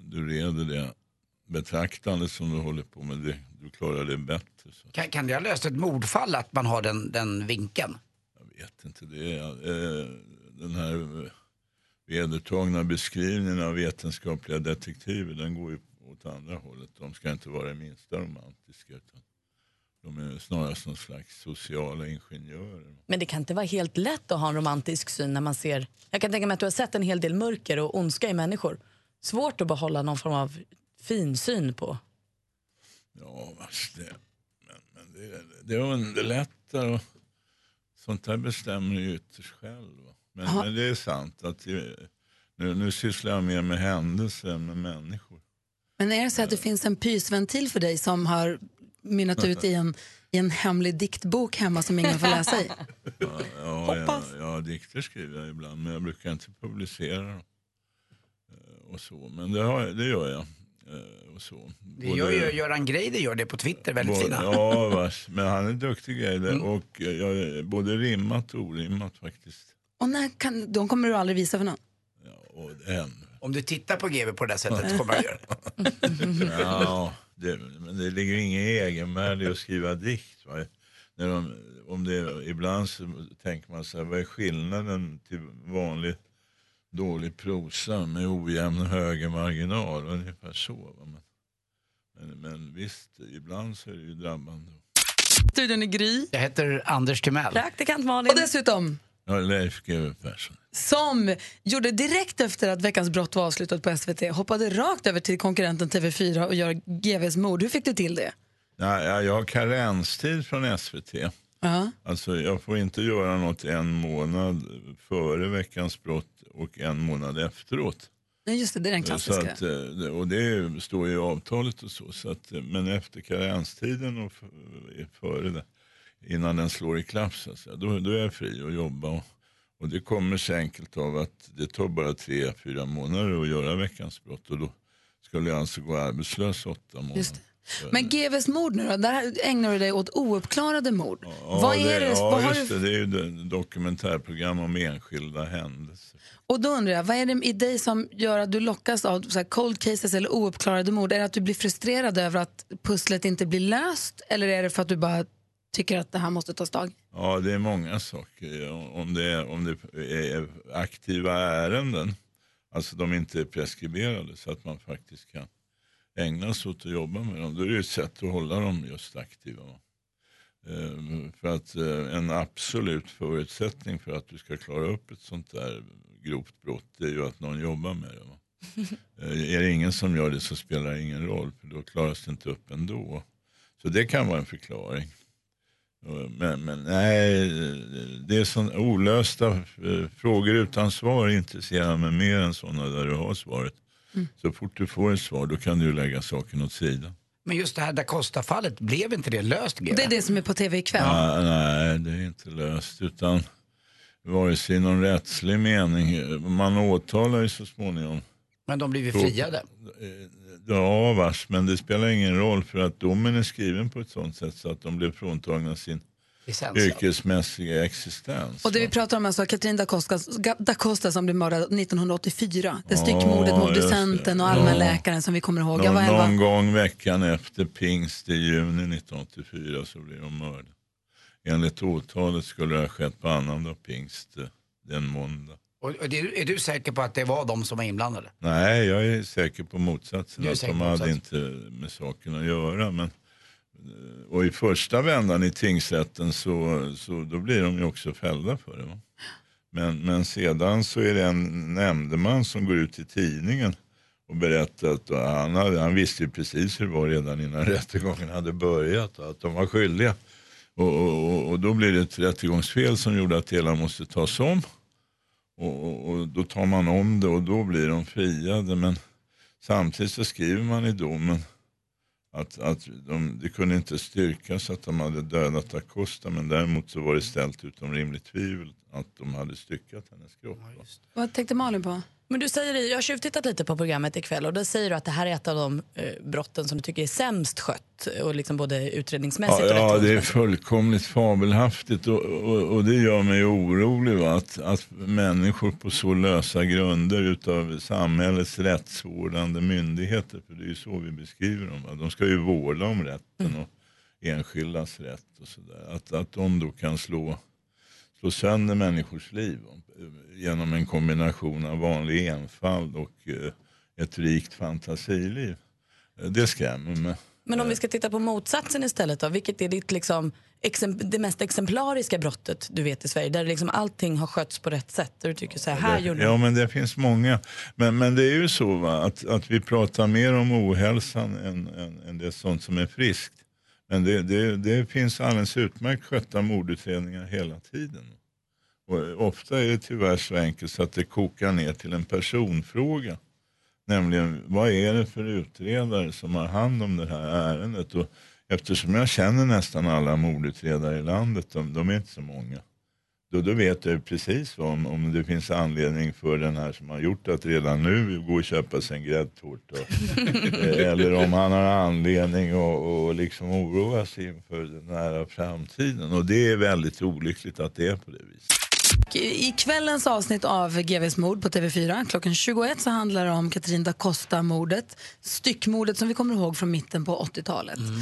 E: du reder det betraktande som du håller på med. Det, du klarar det bättre. Så
B: Kan, kan det ha löst ett mordfall att man har den, den vinkeln?
E: jag vet inte det. Eh, Den här eh, vedertagna beskrivningen av vetenskapliga detektiver den går ju åt andra hållet. De ska inte vara det minsta romantiska. Utan de är snarast någon slags sociala ingenjörer.
C: Men det kan inte vara helt lätt att ha en romantisk syn när man ser... Jag kan tänka mig att du har sett en hel del mörker och ondska i människor. Svårt att behålla någon form av fin syn på.
E: Ja, vars det. Men, men det, det underlättar och sånt där bestämmer ju ytterst själv. va. Men, men det är sant att det, nu, nu sysslar jag mer med händelser än med människor.
A: Men är det så att det finns en pysventil för dig som har mynnat ut i en, i en hemlig diktbok hemma som ingen får läsa i?
E: Ja, ja, ja, ja, dikter skriver jag ibland, men jag brukar inte publicera dem. Eh, Och så. Men det, har, jag- det gör jag. Eh, Och så.
B: Det gör ju Göran Greider gör det på Twitter, väldigt
E: både,
B: fina.
E: Ja, vars. men han är duktig i det. Och eh, jag, både rimmat och orimmat faktiskt.
A: Och när kan, de kommer du aldrig visa för någon?
E: Och än.
B: Om du tittar på GB på det där sättet så kommer jag göra det.
E: Ja, det, men det ligger ingen egenvärde i att skriva dikt. Va? När de, om det, ibland så tänker man så här, vad är skillnaden till vanlig dålig prosa med ojämn högermarginal? Ungefär så. Va? Men, men, men visst, ibland så är det ju drabbande.
A: Studion är Gry.
B: Jag heter Anders Timell.
A: Praktikant Malin. Och dessutom,
E: Ja, Leif GW Persson.
A: som gjorde direkt efter att Veckans brott var avslutat på SVT, hoppade rakt över till konkurrenten TV4 och gör GVs mord. Hur fick du till det?
E: Nej, jag- jag har karenstid från SVT.
A: Ja.
E: Alltså, jag får inte göra något en månad före veckans brott och en månad efteråt.
A: Nej, just det, det är den klassiska.
E: Så att, eh, det- och det är- står ju i avtalet och så. så att, eh, men efter karenstiden och f- eh, före det, innan den slår i klaff, så att säga, då, då är jag fri att jobba. Och, och det kommer sig enkelt av att det tar bara tre, fyra månader att göra veckans brott. Och då skulle jag alltså gå arbetslös åtta månader.
A: Just
E: Eh.
A: Men GVs mord nu då, där ägnar du dig åt ouppklarade mord.
E: Ja,
A: vad är det,
E: ja,
A: vad har
E: just
A: du,
E: det. Det är ju det- dokumentärprogram om enskilda händelser.
A: och då undrar jag, vad är det i dig som gör att du lockas av så här cold cases eller ouppklarade mord? Är det att du blir frustrerad över att pusslet inte blir löst eller är det för att du bara tycker att det här måste tas tag i?
E: Ja, det är många saker. Om det är, om det är aktiva ärenden, alltså de inte är preskriberade så att man faktiskt kan ägna sig åt att jobba med dem, då är det ju ett sätt att hålla dem just aktiva. va. Eh, För att eh, en absolut förutsättning för att du ska klara upp ett sånt där grovt brott det är ju att någon jobbar med det. Va? Eh, Är det ingen som gör det så spelar det ingen roll för då klaras det inte upp ändå. Så det kan vara en förklaring. Eh, Men, men nej, det är sån, olösta eh, frågor utan svar intresserar mig mer än sådana där du har svaret. Så fort du får ett svar då kan du ju lägga saken åt sidan.
B: Men just det här Dacosta-fallet, blev inte det löst? Gera?
A: Det är det som är på tv ikväll.
E: Nej, ah, nej, det är inte löst. Utan vare sig i någon rättslig mening. Man åtalar ju så småningom.
B: Men de blev ju friade.
E: Ja, vars, men det spelar ingen roll för att domen är skriven på ett sånt sätt så att de blev fråntagna sin
B: Licens, ja.
E: yrkesmässiga existens.
A: Och det vi pratar om är alltså Katrin da Costa, Ga- da Costa som blev mördad 1984. Det
E: Ja,
A: styckmordet mot
E: just det.
A: docenten och
E: Ja.
A: allmänläkaren som vi kommer ihåg. Jag var
E: Någon, någon
A: elva.
E: gång veckan efter pingst i juni 1984 så blev de mördade. Enligt åtalet skulle det ha skett på annandag pingst eh, den måndag.
B: Och, och det, är du säker på att det var de som var inblandade?
E: Nej, jag är säker på motsatsen.
B: Du är
E: Att
B: säker
E: de
B: på
E: hade inte
B: motsatsen.
E: med saken att göra. Men, eh, och i första vändan i tingsrätten så, så då blir de ju också fällda för det. Va? Men, men sedan så är det en nämndeman som går ut i tidningen och berättar att och han, hade, han visste ju precis hur det var redan innan rättegången hade börjat och att de var skyldiga. Och, och, och- och då blir det ett rättegångsfel som gjorde att hela måste tas om. Och, och, och då tar man om det och då blir de friade. Men samtidigt så skriver man i domen att, att de, det kunde inte styrkas att de hade dödat Acosta men däremot så var det ställt utom rimligt tvivel att de hade styckat hennes kropp. va.
A: Vad tänkte Malin på?
C: Men du säger, i- jag har tjuvtittat lite på programmet ikväll och då säger du att det här är ett av de eh, brotten som du tycker är sämst skött. Och liksom både utredningsmässigt och
E: ja, ja, det är
C: rättegångsmässigt.
E: fullkomligt fabelhaftigt och, och, och det gör mig orolig va? Att, att människor på så lösa grunder utav samhällets rättsvårdande myndigheter, för det är ju så vi beskriver dem, va? de ska ju vårda om rätten och enskildas rätt och sådär, att, att de då kan slå, slå sönder människors liv va? genom en kombination av vanlig enfald och eh, ett rikt fantasiliv. Eh, Det skrämmer mig.
C: Men om vi ska titta på motsatsen istället då, vilket är ditt liksom, exemp- det mest exemplariska brottet du vet i Sverige? Där liksom allting har skötts på rätt sätt. Där du tycker så här, här
E: Det-
C: gjorde
E: Ja,
C: de-
E: men det finns många. Men, men det är ju så va? Att, att vi pratar mer om ohälsan än, än, än det sånt som är friskt. Men det, det, det finns alldeles utmärkt skötta mordutredningar hela tiden. Och ofta är det tyvärr så enkelt så att det kokar ner till en personfråga. Nämligen vad är det för utredare som har hand om det här ärendet? Och eftersom jag känner nästan alla mordutredare i landet, de, de är inte så många. Då, då vet jag ju precis vad, om, om det finns anledning för den här som har gjort att redan nu gå och köpa sig en gräddtårta. Eh, Eller om han har anledning att och liksom oroa sig inför den nära framtiden. Och det är väldigt olyckligt att det är på det viset.
A: I i kvällens avsnitt av GVs mord på TV4 klockan 21 så handlar det om Katrin da Costa-mordet. Styckmordet som vi kommer ihåg från mitten på 80-talet.
E: Mm.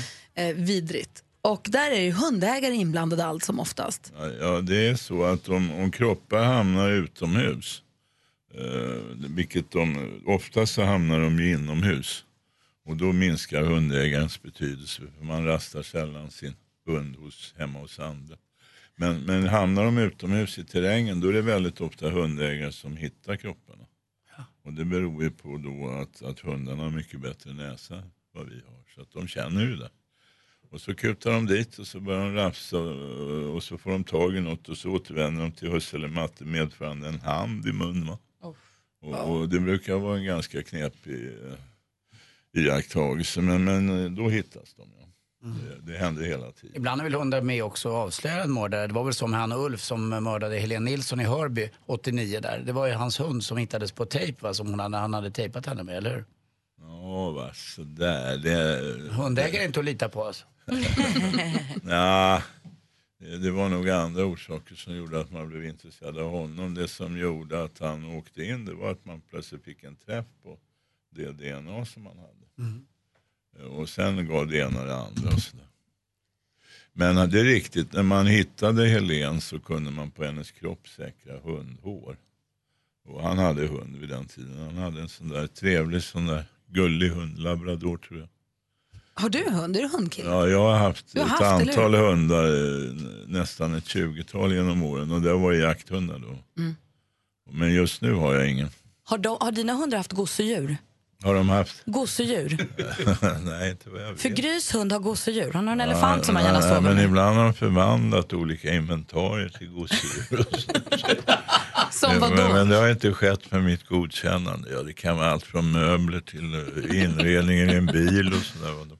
A: Eh, vidrigt. Och där är ju hundägare inblandade allt som oftast.
E: Ja, Ja, det är så att om, om kroppar hamnar utomhus, eh, vilket de oftast så hamnar de ju inomhus. Och då minskar hundägarens betydelse för man rastar sällan sin hund hos, hemma hos andra. Men, men hamnar de utomhus i terrängen då är det väldigt ofta hundägare som hittar kropparna. Och det beror ju på då att, att hundarna har mycket bättre näsa än vad vi har. Så att de känner ju det. Och så kutar de dit och så börjar de rafsa eh, och och så får de tag i något och så återvänder de till husse eller matte medförande en hand i mun. Va? Och, och det brukar vara en ganska knepig eh, iakttagelse men, men eh, då hittas de. Ja.
A: Mm.
E: Det, det händer hela tiden.
B: Ibland är väl hundar med också och avslöjar en mördare. Det var väl som han och Ulf som mördade Helene Nilsson i Hörby 89 där. Det var ju hans hund som hittades på tejp va, som hon hade, han hade tejpat henne med, eller hur?
E: Ja, va, sådär. Det,
B: Hundägare är inte att lita på alltså.
E: Nja, det- det var nog andra orsaker som gjorde att man blev intresserad av honom. Det som gjorde att han åkte in det var att man plötsligt fick en träff på det DNA som han hade. Eh, Och sen gav det ena det andra. Och sådär. Men det är riktigt, när man hittade Helen så kunde man på hennes kropp säkra hundhår. Och han hade hund vid den tiden. Han hade en sån där trevlig sån där gullig hund, labrador tror jag.
A: Har du hund? Är du hundkille?
E: Ja, jag har haft
A: Du har
E: ett
A: haft, eller
E: antal
A: hur?
E: hundar, eh, nästan ett 20-tal genom åren och det var jakthundar då.
C: Mm.
E: Men just nu har jag ingen.
C: Har, de, har dina hundar haft gosedjur?
E: Har de haft?
C: Gosedjur?
E: Nej, inte vad jag vet.
C: För Grys hund har gosedjur. Han har en
E: Ja,
C: elefant som han gärna
E: nej,
C: sover
E: Men
C: med.
E: ibland har de förvandlat olika inventarier till gosedjur. och
L: Som
E: Men,
L: vadå?
E: men det har inte skett med mitt godkännande. Ja, det kan vara allt från möbler till eh, inredningen i en bil och sådär. Och de-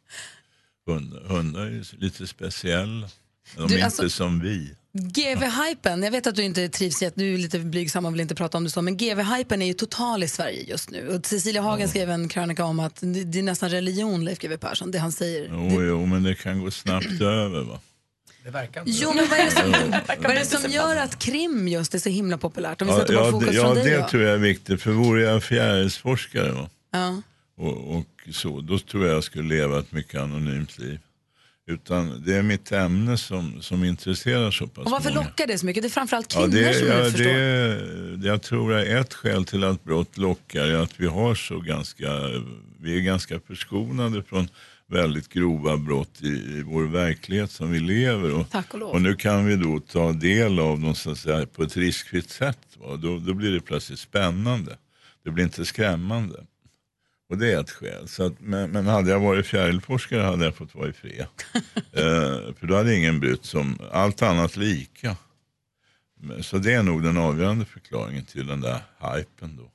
E: Hundar, hundar är ju lite speciella. Men de
A: Du,
E: är
A: alltså-
E: inte som vi.
A: GV-hypen, jag vet att du inte trivs i att du är lite blygsam och vill inte prata om det så, men GV-hypen är ju total i Sverige just nu. Och Cecilia Hagen skrev en krönika om att det det är nästan religion, Leif GW Persson, det han säger.
E: Jo, jo, men det kan gå snabbt över va?
B: Det verkar inte
A: Jo, men vad är det som, vad är det som
B: Verkar
A: gör att krim just är så himla populärt? Om vi
E: Ja,
A: sätter bort
E: ja, det,
A: fokus
E: ja,
A: från dig
E: det
A: då.
E: tror jag är viktigt. För vore jag fjärilsforskare va?
A: Ja.
E: och, och så, då tror jag jag skulle leva ett mycket anonymt liv. Utan det är mitt ämne som, som intresserar så pass
A: Och varför
E: många.
A: lockar det så mycket? Det är framförallt
E: Ja,
A: kvinnor
E: det,
A: som
E: ja,
A: jag förstår.
E: det, jag tror är ett skäl till att brott lockar är att vi har så ganska, vi är ganska förskonade från väldigt grova brott i, i vår verklighet som vi lever. Och,
A: Tack och lov.
E: nu kan vi då ta del av dem så att säga, på ett riskfritt sätt. Va? Då, då blir det plötsligt spännande. Det blir inte skrämmande. Och det är ett skäl. Så att, men, men hade jag varit fjärilforskare hade jag fått vara i fred. eh, för då hade ingen brytt sig om allt annat lika. Men- Så det är nog den avgörande förklaringen till den där hypen då.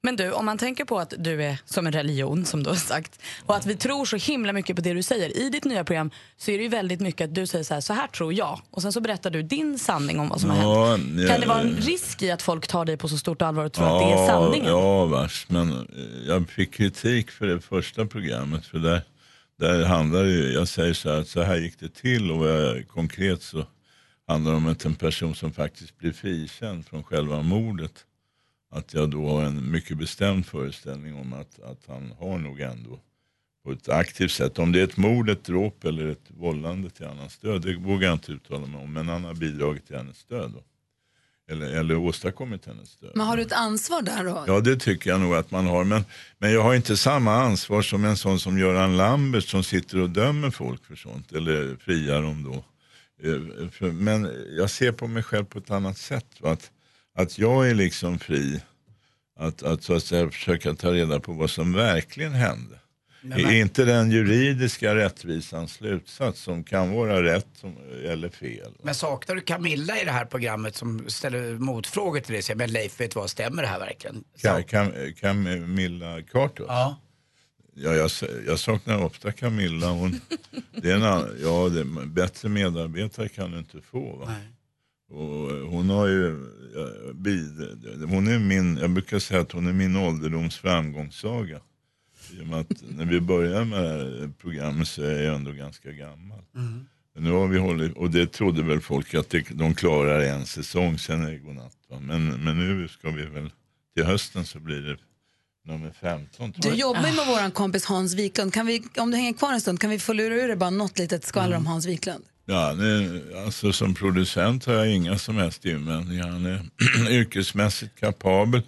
C: Men du, om man tänker på att du är som en religion som du har sagt och att vi tror så himla mycket på det du säger. I ditt nya program så är det ju väldigt mycket att du säger så här, så här tror jag och sen så berättar du din sanning om vad som har hänt. Kan det vara en risk i att folk tar dig på så stort allvar och tror att det är sanningen?
E: eh. Ja, vars. Men eh, jag fick kritik för det första programmet. För där, där handlar det ju, jag säger så här, att så här gick det till och vad jag, konkret så handlar det om att en person som faktiskt blir frikänd från själva mordet. Att jag då har en mycket bestämd föreställning om att, att han har nog ändå på ett aktivt sätt. Om det är ett mord, ett dråp eller ett vållande till annans död, det vågar jag inte uttala mig om. Men han har bidragit till hennes död. Då. Eller, eller åstadkommit hennes död.
A: Men har du ett ansvar där då?
E: Ja, det tycker jag nog att man har. Men, men jag har inte samma ansvar som en sån som Göran Lambert som sitter och dömer folk för sånt, eller friar dem då. Eh, för- Men jag ser på mig själv på ett annat sätt. Va? Att, att jag är liksom fri att, att, så att säga, försöka ta reda på vad som verkligen hände.
F: Nej,
E: är
F: men-
E: eh, inte den juridiska rättvisans slutsats som kan vara rätt som, eller fel?
B: Men saknar du Camilla i det här programmet som ställer motfrågor till dig? Säger, Men Leif, vet du vad, stämmer det här verkligen?
E: Ka- Cam- Camilla Carter? Ja. ja jag, sa- jag saknar ofta Camilla. Hon, det är en, ann- ja, det, bättre medarbetare kan du inte få. Va? Och eh, hon har ju, eh, bid, hon är min, jag brukar säga att hon är min ålderdoms framgångssaga. I och med att när vi började med det här programmet så är jag ändå ganska gammal. Men Nu har vi hållit, och det trodde väl folk att det, de klarar en säsong, sen är det godnatt. Va? Men, men nu ska vi väl, till hösten så blir det nummer 15 tror
A: Du
E: jag.
A: jobbar ju med vår kompis Hans Wiklund. Kan vi, om du hänger kvar en stund, kan vi få lura ur dig bara något litet skvaller om
E: Mm.
A: Hans Wiklund?
E: Ja, nu, alltså som producent har jag inga som helst invändningar. Han är yrkesmässigt kapabel.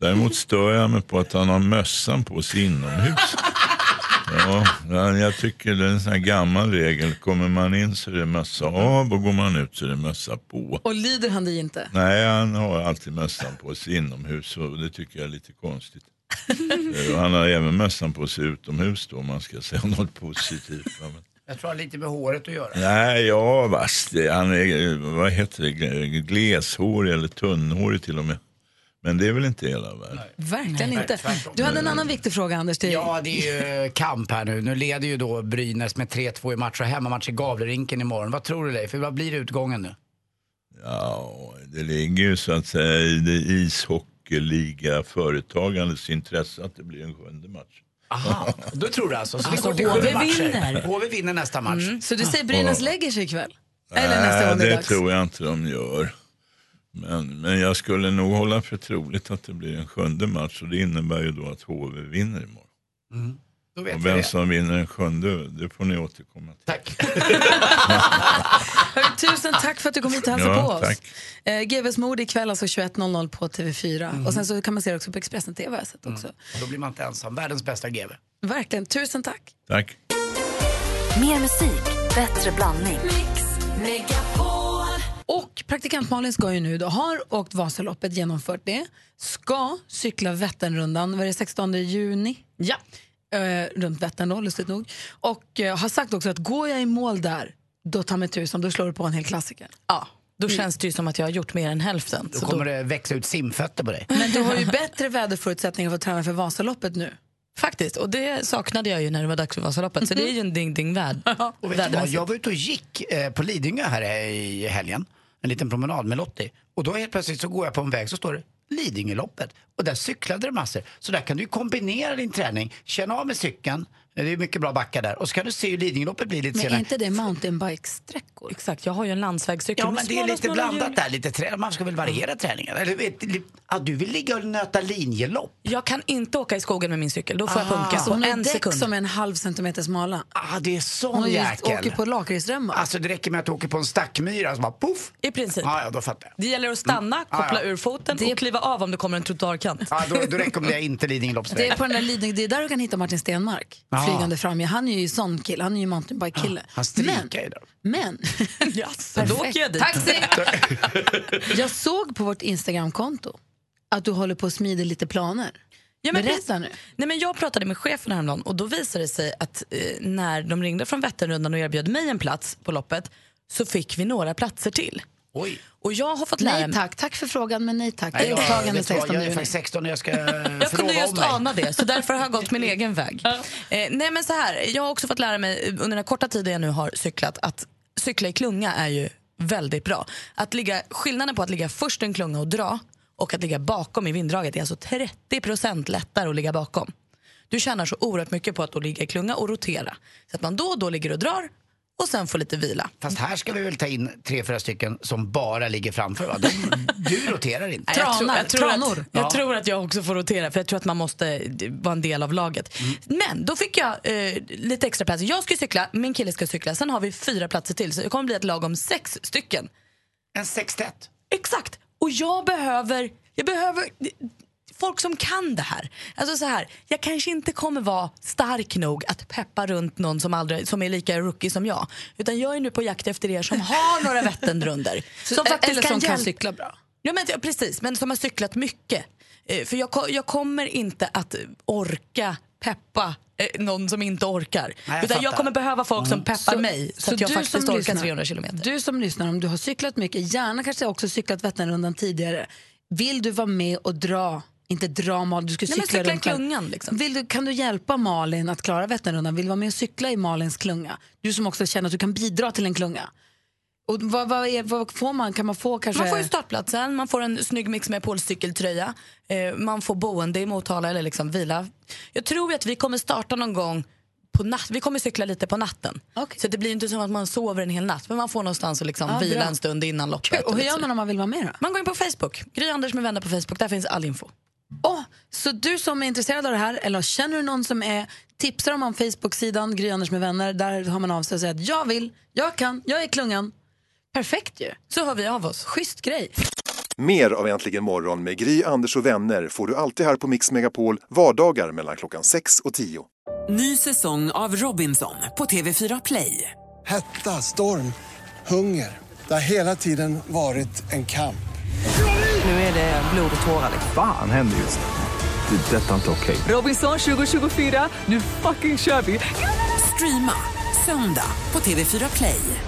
E: Däremot stör jag mig på att han har mössan på sig inomhus. Ja, men jag tycker det är en sån här gammal regel. Kommer man in så är det mössa av och går man ut så är det mössa på.
A: Och lyder han dig inte?
E: Nej, han har alltid mössan på sig inomhus och det tycker jag är lite konstigt. Eh, och han har även mössan på sig utomhus då om man ska säga något positivt. va, Men...
B: Jag tror det har lite med håret att göra.
E: Nej, ja vars. Det- Han är, vad heter det, Gle- gleshårig eller tunnhårig till och med. Men det är väl inte hela världen.
A: Verkligen
B: Nej,
A: inte.
B: tvärtom.
A: Du hade en annan viktig fråga, Anders. Till.
B: Ja, det är ju kamp här nu. Nu leder ju då Brynäs med 3-2 i match och hemmamatch i Gavlerinken imorgon. Vad tror du Leif? Vad blir utgången nu?
E: Ja, det ligger ju så att säga i det ishockeyliga företagandets intresse att det blir en sjunde match.
B: Aha, då tror du alltså. Så
E: Alltså,
B: det går till
E: HV
B: sju matcher.
E: vinner.
B: HV vinner Mm. nästa match.
A: Så du säger Brynäs
E: Ja.
A: lägger sig ikväll? Eller nästa gång det
E: det
A: är dags?
E: tror jag inte de gör. Men, men jag skulle nog hålla för troligt att det blir en sjunde match och det innebär ju då att HV vinner imorgon.
B: Då vet
E: och
B: vi
E: vem
B: det.
E: som vinner den sjunde, det får ni återkomma till.
B: Tack.
A: Hörru, Tusen tack för att du kom hit och hälsade
E: Ja,
A: på oss.
E: tack.
A: Eh, GVs mord ikväll alltså 21.00 på TV4.
B: Mm.
A: Och sen så kan man se det också på Expressen TV har jag sett också.
E: Mm.
B: Då blir man inte ensam. Världens bästa GV.
A: Verkligen, tusen tack.
E: Tack.
K: Mer musik, bättre blandning.
A: Och praktikant Malin ska ju nu då, har åkt Vasaloppet, genomfört det, ska cykla Vätternrundan, var det 16 juni? Ja. runt Vättern då, lustigt nog. Och eh, har sagt också att går jag i mål där, då tar mig tusan, då slår du på en hel klassiker. Mm.
C: Ja, då känns det ju som att jag har gjort mer än hälften.
B: Då kommer det växa ut simfötter på dig.
A: Men du har ju bättre väderförutsättningar för att träna för Vasaloppet nu.
C: Faktiskt, och det saknade jag ju när det var dags för Vasaloppet. Så det är
A: Mhm.
C: ju en ding-ding-värld.
B: Och vet du vad? Jag var ute och gick eh, på Lidingö här i helgen. En liten promenad med Lottie. Och då helt plötsligt så går jag på en väg så står det Lidingöloppet. Och där cyklade det massor. Så där kan du ju kombinera din träning. Känna av med cykeln. Det är mycket bra backar där. Och så kan du se hur Lidingöloppet blir lite
A: Men är
B: senare.
A: inte det mountainbike-sträckor?
C: Exakt, jag har ju en landsvägscykel.
B: Ja, men det är lite blandat där. Lite trä- man ska väl variera träningen? Eller, vet- li- ah, du vill ligga och nöta linjelopp?
C: Jag kan inte åka i skogen med min cykel. Då får jag
B: Ah.
C: punka
B: Så
C: på
B: hon har
C: en
B: däck
C: sekund.
A: som är en halv centimeter smala.
B: Ah, det är sån
A: Hon har ju
B: jäkel.
A: åker på lakritsremmar.
B: Alltså det räcker med att du åker på en stackmyra så bara poff!
C: I
A: Typ.
C: princip.
B: Ah, ja, då fattar jag.
C: Det gäller att stanna,
B: Ah,
C: koppla
B: ja.
C: ur foten och kliva av om det kommer en trottoarkant.
B: Ah, då, då rekommenderar jag inte Lidingöloppsvägen.
A: Det är, på den där Lidingö, det är där du kan hitta Martin Stenmark
B: Ja.
A: flygande fram. Ja, Han är ju sån kille, han är ju mountainbike-kille.
B: Han strikar ju där.
A: Men...
C: Jaså, då åker jag dit.
A: Taxi! jag såg på vårt Instagramkonto att du håller på att smida lite planer.
C: Ja, men
A: Berätta
C: precis.
A: nu.
C: Nej, men jag pratade med chefen häromdagen och då visade det sig att eh, när de ringde från Vätternrundan och erbjöd mig en plats på loppet så fick vi några platser till.
B: Oj.
C: Och jag har fått lära
A: Nej
C: mig...
A: tack, tack för frågan men nej tack.
C: Nej,
A: Nej,
C: jag-
A: Uttagande
C: vet du vad,
A: 16
C: jag är
A: juni.
B: faktiskt 16 när jag ska eh,
C: Jag kunde
B: förlova Mm, om
C: just
B: mig.
C: ana det, så därför har jag gått min egen väg. Eh, nej men så här, jag har också fått lära mig eh, under den här korta tiden jag nu har cyklat att cykla i klunga är ju väldigt bra. Att ligga, skillnaden på att ligga först i en klunga och dra och att ligga bakom i vinddraget är alltså 30% lättare att ligga bakom. Du tjänar så oerhört mycket på att då ligga i klunga och rotera. Så att man då och då ligger och drar och sen får lite vila.
B: Fast här ska vi väl ta in tre, fyra stycken som bara ligger framför. Va? De, du roterar inte.
C: Nej, jag tror, jag, tror att, jag
B: Ja.
C: tror att jag också får rotera för jag tror att man måste eh, vara en del av laget. Men då fick jag eh, lite extra platser. Jag ska cykla, min kille ska cykla. Sen har vi fyra platser till så det kommer bli ett lag om sex stycken.
B: En sextett?
C: Exakt! Och jag behöver, jag behöver folk som kan det här. Alltså så här, jag kanske inte kommer vara stark nog att peppa runt någon som, aldrig, som är lika rookie som jag. Utan jag är nu på jakt efter er som har några Vätternrundor.
A: Så- eller som liksom kan cykla bra.
C: Ja, men, ja, precis, men som har cyklat mycket. Eh, för jag, ko- jag kommer inte att orka peppa eh, någon som inte orkar.
A: Nej, jag
C: Utan jag
A: fattar.
C: kommer behöva folk som
A: Mm.
C: peppar mig så, att jag
A: du
C: faktiskt
A: som
C: orkar
A: lyssnar-
C: 300 kilometer.
A: Du som lyssnar, om du har cyklat mycket, gärna kanske också cyklat Vätternrundan tidigare. Vill du vara med och dra, inte dra Malin, du ska
C: Nej,
A: cykla,
C: men cykla i
A: runt själv.
C: klungan, liksom.
A: Vill du, kan du hjälpa Malin att klara Vätternrundan? Vill du vara med och cykla i Malins klunga? Du som också känner att du kan bidra till en klunga. Och vad, vad, är, vad får man? Kan man få kanske...
C: Man får ju startplatsen, man får en snygg mix med Pauls cykeltröja, eh, man får boende i Motala eller liksom vila. Jag tror ju att vi kommer starta någon gång på natt. Vi kommer cykla lite på natten. Så det blir inte som att man sover en hel natt, men man får någonstans att liksom
A: Ja,
C: vila
A: bra.
C: en stund innan loppet.
A: Kul. Och hur
C: lite
A: gör
C: sådär.
A: man om man vill vara med då?
C: Man går in på Facebook, Gry Anders med vänner på Facebook, där finns all info.
A: Åh, så du som är intresserad av det här eller känner du någon som är tipsar om, om Facebook-sidan Gry Anders med vänner. Där hör man av sig och säger att jag vill, jag kan, jag är klungan. Perfekt ju.
C: Så hör vi av oss.
A: Schysst grej.
I: Mer av Äntligen morgon med Gry, Anders och vänner får du alltid här på Mix Megapol vardagar mellan klockan 6 och 10.
T: Ny säsong av Robinson på TV4 Play.
U: Hetta, storm, hunger. Det har hela tiden varit en kamp.
T: Nu är det blod och tårar. liksom.
V: Fan händer just det. Det är detta inte okej.
T: Robinson 2024, nu fucking kör vi! Streama söndag på TV4 Play.